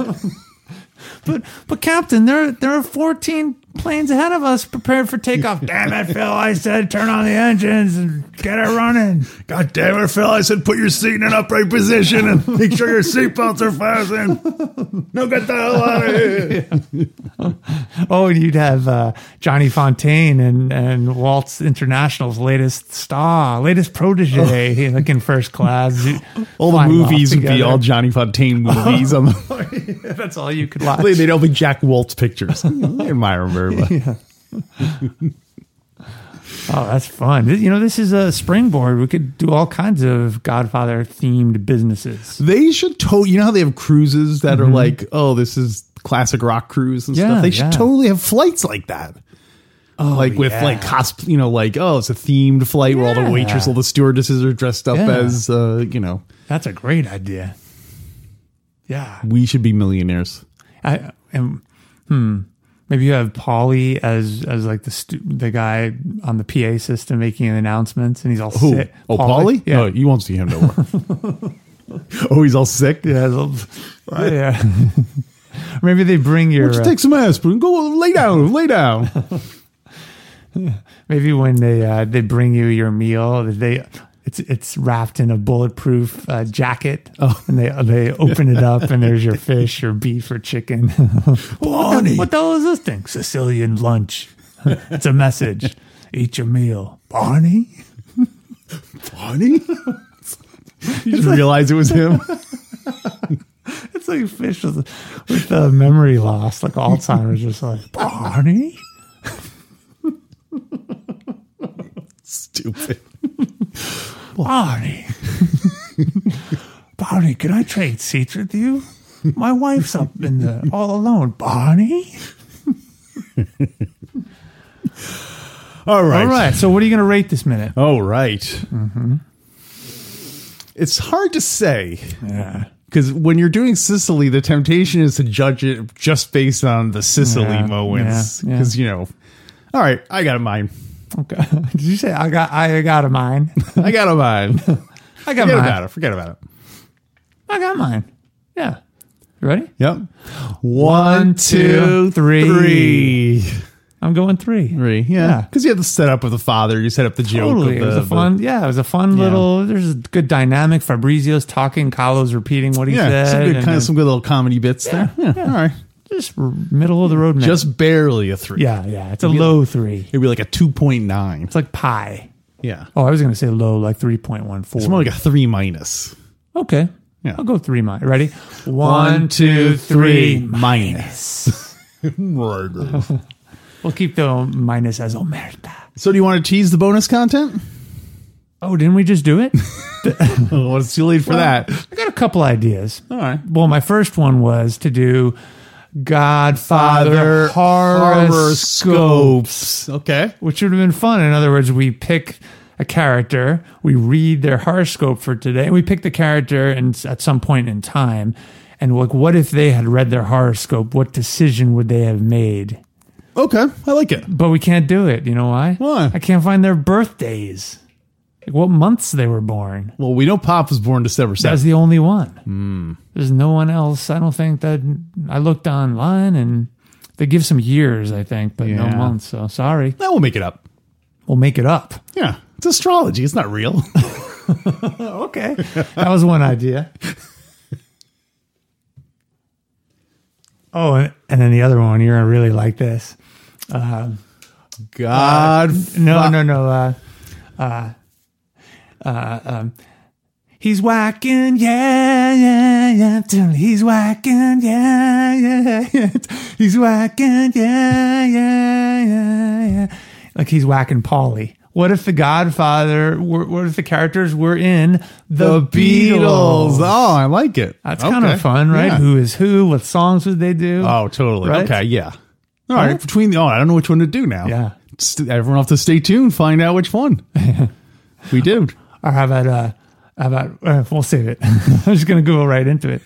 [SPEAKER 2] but but Captain, there there are 14 planes ahead of us prepared
[SPEAKER 1] *laughs*
[SPEAKER 2] for takeoff. Damn it, Phil! I said turn on the engines and get it
[SPEAKER 1] *laughs*
[SPEAKER 2] running.
[SPEAKER 1] God damn it, Phil! I said put your seat in an upright position and make sure your seatbelts are fastened. No, get the hell out of here.
[SPEAKER 2] Oh, and you'd have uh, Johnny Fontaine and and Waltz International's latest star, latest protege, like in
[SPEAKER 1] *laughs*
[SPEAKER 2] first class.
[SPEAKER 1] Oh. All the movies would be all Johnny Fontaine movies on the.
[SPEAKER 2] *laughs* That's all you could watch.
[SPEAKER 1] They-
[SPEAKER 2] *laughs*
[SPEAKER 1] They'd all be Jack Waltz pictures. I admire him very much.
[SPEAKER 2] Oh, that's fun. This- You know, this is a springboard. We could do all kinds of Godfather themed businesses.
[SPEAKER 1] They should totally. You know how they have cruises that are like, oh, this is classic rock cruise and
[SPEAKER 2] Mm-hmm. Yeah,
[SPEAKER 1] stuff. They should
[SPEAKER 2] yeah. Oh,
[SPEAKER 1] totally have flights like that. like with
[SPEAKER 2] yeah.
[SPEAKER 1] like cosp, you know, like oh, it's a themed flight where all the
[SPEAKER 2] Yeah.
[SPEAKER 1] waitresses, all the stewardesses are dressed up
[SPEAKER 2] Yeah.
[SPEAKER 1] as, uh, you know,
[SPEAKER 2] That's a great idea. Yeah.
[SPEAKER 1] we should be millionaires.
[SPEAKER 2] I and hmm. Maybe you have Polly as as like the stu- the guy on the PA system making announcements, and he's all
[SPEAKER 1] Who?
[SPEAKER 2] sick.
[SPEAKER 1] Oh, Polly?
[SPEAKER 2] Yeah.
[SPEAKER 1] No, you won't see him no more.
[SPEAKER 2] *laughs*
[SPEAKER 1] oh, he's all sick.
[SPEAKER 2] Yeah, it's all- oh, yeah. *laughs* Maybe they bring your.
[SPEAKER 1] Just
[SPEAKER 2] uh,
[SPEAKER 1] take some aspirin. Go lay down. Lay
[SPEAKER 2] *laughs*
[SPEAKER 1] down.
[SPEAKER 2] maybe when they uh, they bring you your meal, they it's it's wrapped in a bulletproof uh, jacket, oh. and they they open it up, and
[SPEAKER 1] *laughs*
[SPEAKER 2] there's your fish, your beef, or chicken. *laughs*
[SPEAKER 1] Bonnie.
[SPEAKER 2] What the hell is this thing? Sicilian lunch. it's a *laughs* message. Eat your meal, Barney.
[SPEAKER 1] Bonnie? *laughs* you just realized it was
[SPEAKER 2] *laughs*
[SPEAKER 1] him.
[SPEAKER 2] It's like fish with, with uh, memory loss, like Alzheimer's, just like Barney.
[SPEAKER 1] Stupid.
[SPEAKER 2] Barney. Barney, can I trade seats with you? My wife's up in the all alone. Barney.
[SPEAKER 1] All right.
[SPEAKER 2] All right. Mm-hmm. So, what are you going to rate this minute?
[SPEAKER 1] All right. It's hard to say
[SPEAKER 2] Yeah.
[SPEAKER 1] because when you're doing Sicily, the temptation is to judge it just based on the Sicily
[SPEAKER 2] Yeah,
[SPEAKER 1] moments.
[SPEAKER 2] yeah, yeah.
[SPEAKER 1] Because, you know, all right, I got a mine.
[SPEAKER 2] Okay. *laughs* Did you say I got I got a *laughs* mine?
[SPEAKER 1] I got a mine.
[SPEAKER 2] *laughs*
[SPEAKER 1] Forget
[SPEAKER 2] I got mine.
[SPEAKER 1] about it. Forget about it.
[SPEAKER 2] I got mine. Yeah. You ready?
[SPEAKER 1] Yep. One, two,
[SPEAKER 2] two, three.
[SPEAKER 1] three.
[SPEAKER 2] I'm going three.
[SPEAKER 1] Three. Yeah.
[SPEAKER 2] Yeah.
[SPEAKER 1] Because you have the setup of the father, you set up the joke. of
[SPEAKER 2] Totally. It
[SPEAKER 1] the-
[SPEAKER 2] was a
[SPEAKER 1] the-
[SPEAKER 2] fun, yeah, it was a fun little, there's a good dynamic. Fabrizio's talking, Carlos repeating what he
[SPEAKER 1] yeah,
[SPEAKER 2] said.
[SPEAKER 1] some good,
[SPEAKER 2] and
[SPEAKER 1] kind
[SPEAKER 2] then
[SPEAKER 1] of some good little comedy bits there. Yeah, all right.
[SPEAKER 2] just r- middle of the road. Just,
[SPEAKER 1] Just barely a three.
[SPEAKER 2] yeah, yeah. It's a low three.
[SPEAKER 1] It'd be like a 2.9.
[SPEAKER 2] It's like pi.
[SPEAKER 1] Yeah.
[SPEAKER 2] Oh, I was going to say low, like
[SPEAKER 1] It's more
[SPEAKER 2] 3.14.
[SPEAKER 1] like a three minus.
[SPEAKER 2] Okay.
[SPEAKER 1] Yeah.
[SPEAKER 2] I'll go three minus. Ready?
[SPEAKER 1] One,
[SPEAKER 2] One, two,
[SPEAKER 1] *laughs*
[SPEAKER 2] three. *laughs* Minus.
[SPEAKER 1] so,
[SPEAKER 2] we'll keep the minus as omerta.
[SPEAKER 1] do you want to tease the bonus content?
[SPEAKER 2] Oh, didn't we just do it? Oh,
[SPEAKER 1] Well, it's too late for that.
[SPEAKER 2] I got a couple ideas.
[SPEAKER 1] All right.
[SPEAKER 2] Well, my first one was to do Godfather horoscope,
[SPEAKER 1] Okay.
[SPEAKER 2] which would have been fun. In other words, we pick a character, we read their horoscope for today, we pick the character, and s- at some point in time, and like, what if they had read their horoscope? What decision would they have made?
[SPEAKER 1] Okay. I like it.
[SPEAKER 2] But we can't do it. You know why?
[SPEAKER 1] Why?
[SPEAKER 2] I can't find their birthdays. Like what months they were born.
[SPEAKER 1] Well, we know Pop was born December 7th.
[SPEAKER 2] That's the only one. There's no one else. I don't think that I looked online and they give some years, I think, but no
[SPEAKER 1] Yeah.
[SPEAKER 2] months. So sorry.
[SPEAKER 1] that will make it up.
[SPEAKER 2] We'll make it up.
[SPEAKER 1] Yeah. It's astrology. It's not
[SPEAKER 2] *laughs*
[SPEAKER 1] real.
[SPEAKER 2] Okay. *laughs* that was one idea. Oh, and, and then the other one, you're going to really like this.
[SPEAKER 1] God.
[SPEAKER 2] No, no, no. Uh, uh, uh, um, he's whacking, yeah, yeah, yeah. Till he's whacking, yeah, yeah, yeah. He's whacking, yeah, yeah, yeah, yeah. Like he's whacking Polly. What if the Godfather? Were, what if the characters were in the, Beatles?
[SPEAKER 1] Oh, I like it.
[SPEAKER 2] That's kind of
[SPEAKER 1] Oh, Okay.
[SPEAKER 2] fun, right?
[SPEAKER 1] Yeah.
[SPEAKER 2] Who is who? What songs would they do?
[SPEAKER 1] Oh, totally.
[SPEAKER 2] Right?
[SPEAKER 1] Okay, yeah. All right. Between the oh, I don't know which one to do now.
[SPEAKER 2] Yeah.
[SPEAKER 1] St- everyone will have to stay tuned, find out which one. we did.
[SPEAKER 2] or how about uh how about uh, we'll save it *laughs* i'm just gonna go right into *laughs* it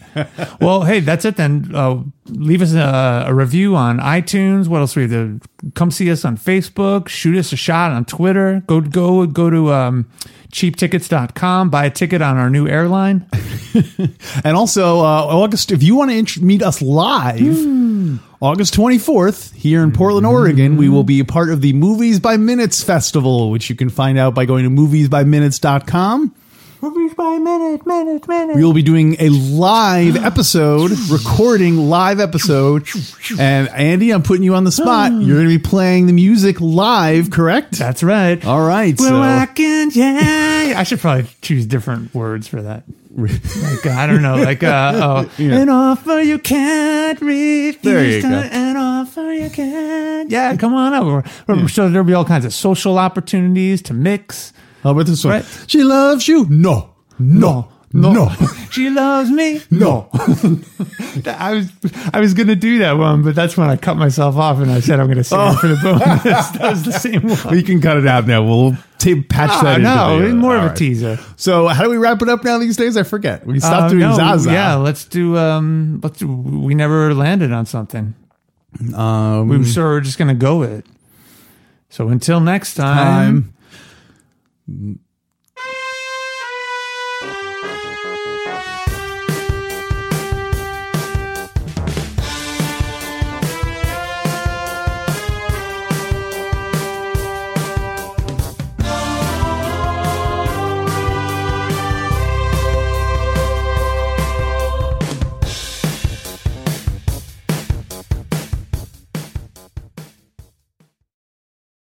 [SPEAKER 2] well hey that's it then uh, leave us a, a review on itunes what else we have to come see us on facebook shoot us a shot on twitter go go go to um cheaptickets.com buy a ticket on our new airline
[SPEAKER 1] And also, uh, August, if you want to int- meet us live, August 24th here in Portland, Oregon, we will be a part of the Movies by Minutes Festival, which you can find out by going to moviesbyminutes.com.
[SPEAKER 2] *laughs* movies by minute minute minute
[SPEAKER 1] We will be doing a live episode, recording live episode. And Andy, I'm putting you on the spot. You're going to be playing the music live, correct?
[SPEAKER 2] that's right
[SPEAKER 1] All right.
[SPEAKER 2] We're
[SPEAKER 1] so-
[SPEAKER 2] walking, yeah. I should probably choose different words for that. Like, I don't *laughs* know, like uh, oh, an offer you can't refuse.
[SPEAKER 1] There you
[SPEAKER 2] to-
[SPEAKER 1] go.
[SPEAKER 2] An offer you second. Yeah, come on over. So there'll be all kinds of social opportunities to mix.
[SPEAKER 1] *laughs* How about this one?
[SPEAKER 2] Right.
[SPEAKER 1] She loves you. No, no, no, no.
[SPEAKER 2] *laughs* she loves me.
[SPEAKER 1] *laughs*
[SPEAKER 2] That- *laughs* I was I was gonna do that one, but that's when I cut myself off and I said I'm gonna save it for the *laughs* bonus. that was the same one.
[SPEAKER 1] you can cut it out now. We'll t- patch
[SPEAKER 2] Ah,
[SPEAKER 1] that.
[SPEAKER 2] no,
[SPEAKER 1] into the,
[SPEAKER 2] it's more of
[SPEAKER 1] all
[SPEAKER 2] a
[SPEAKER 1] right.
[SPEAKER 2] teaser.
[SPEAKER 1] So how do we wrap it up now these days? I forget. We stopped
[SPEAKER 2] Uh,
[SPEAKER 1] doing
[SPEAKER 2] no,
[SPEAKER 1] Zaza.
[SPEAKER 2] Yeah, let's do. Um, let's do. We never landed on something.
[SPEAKER 1] Um,
[SPEAKER 2] We so Um, we're just gonna go with it. So until next time.
[SPEAKER 1] time.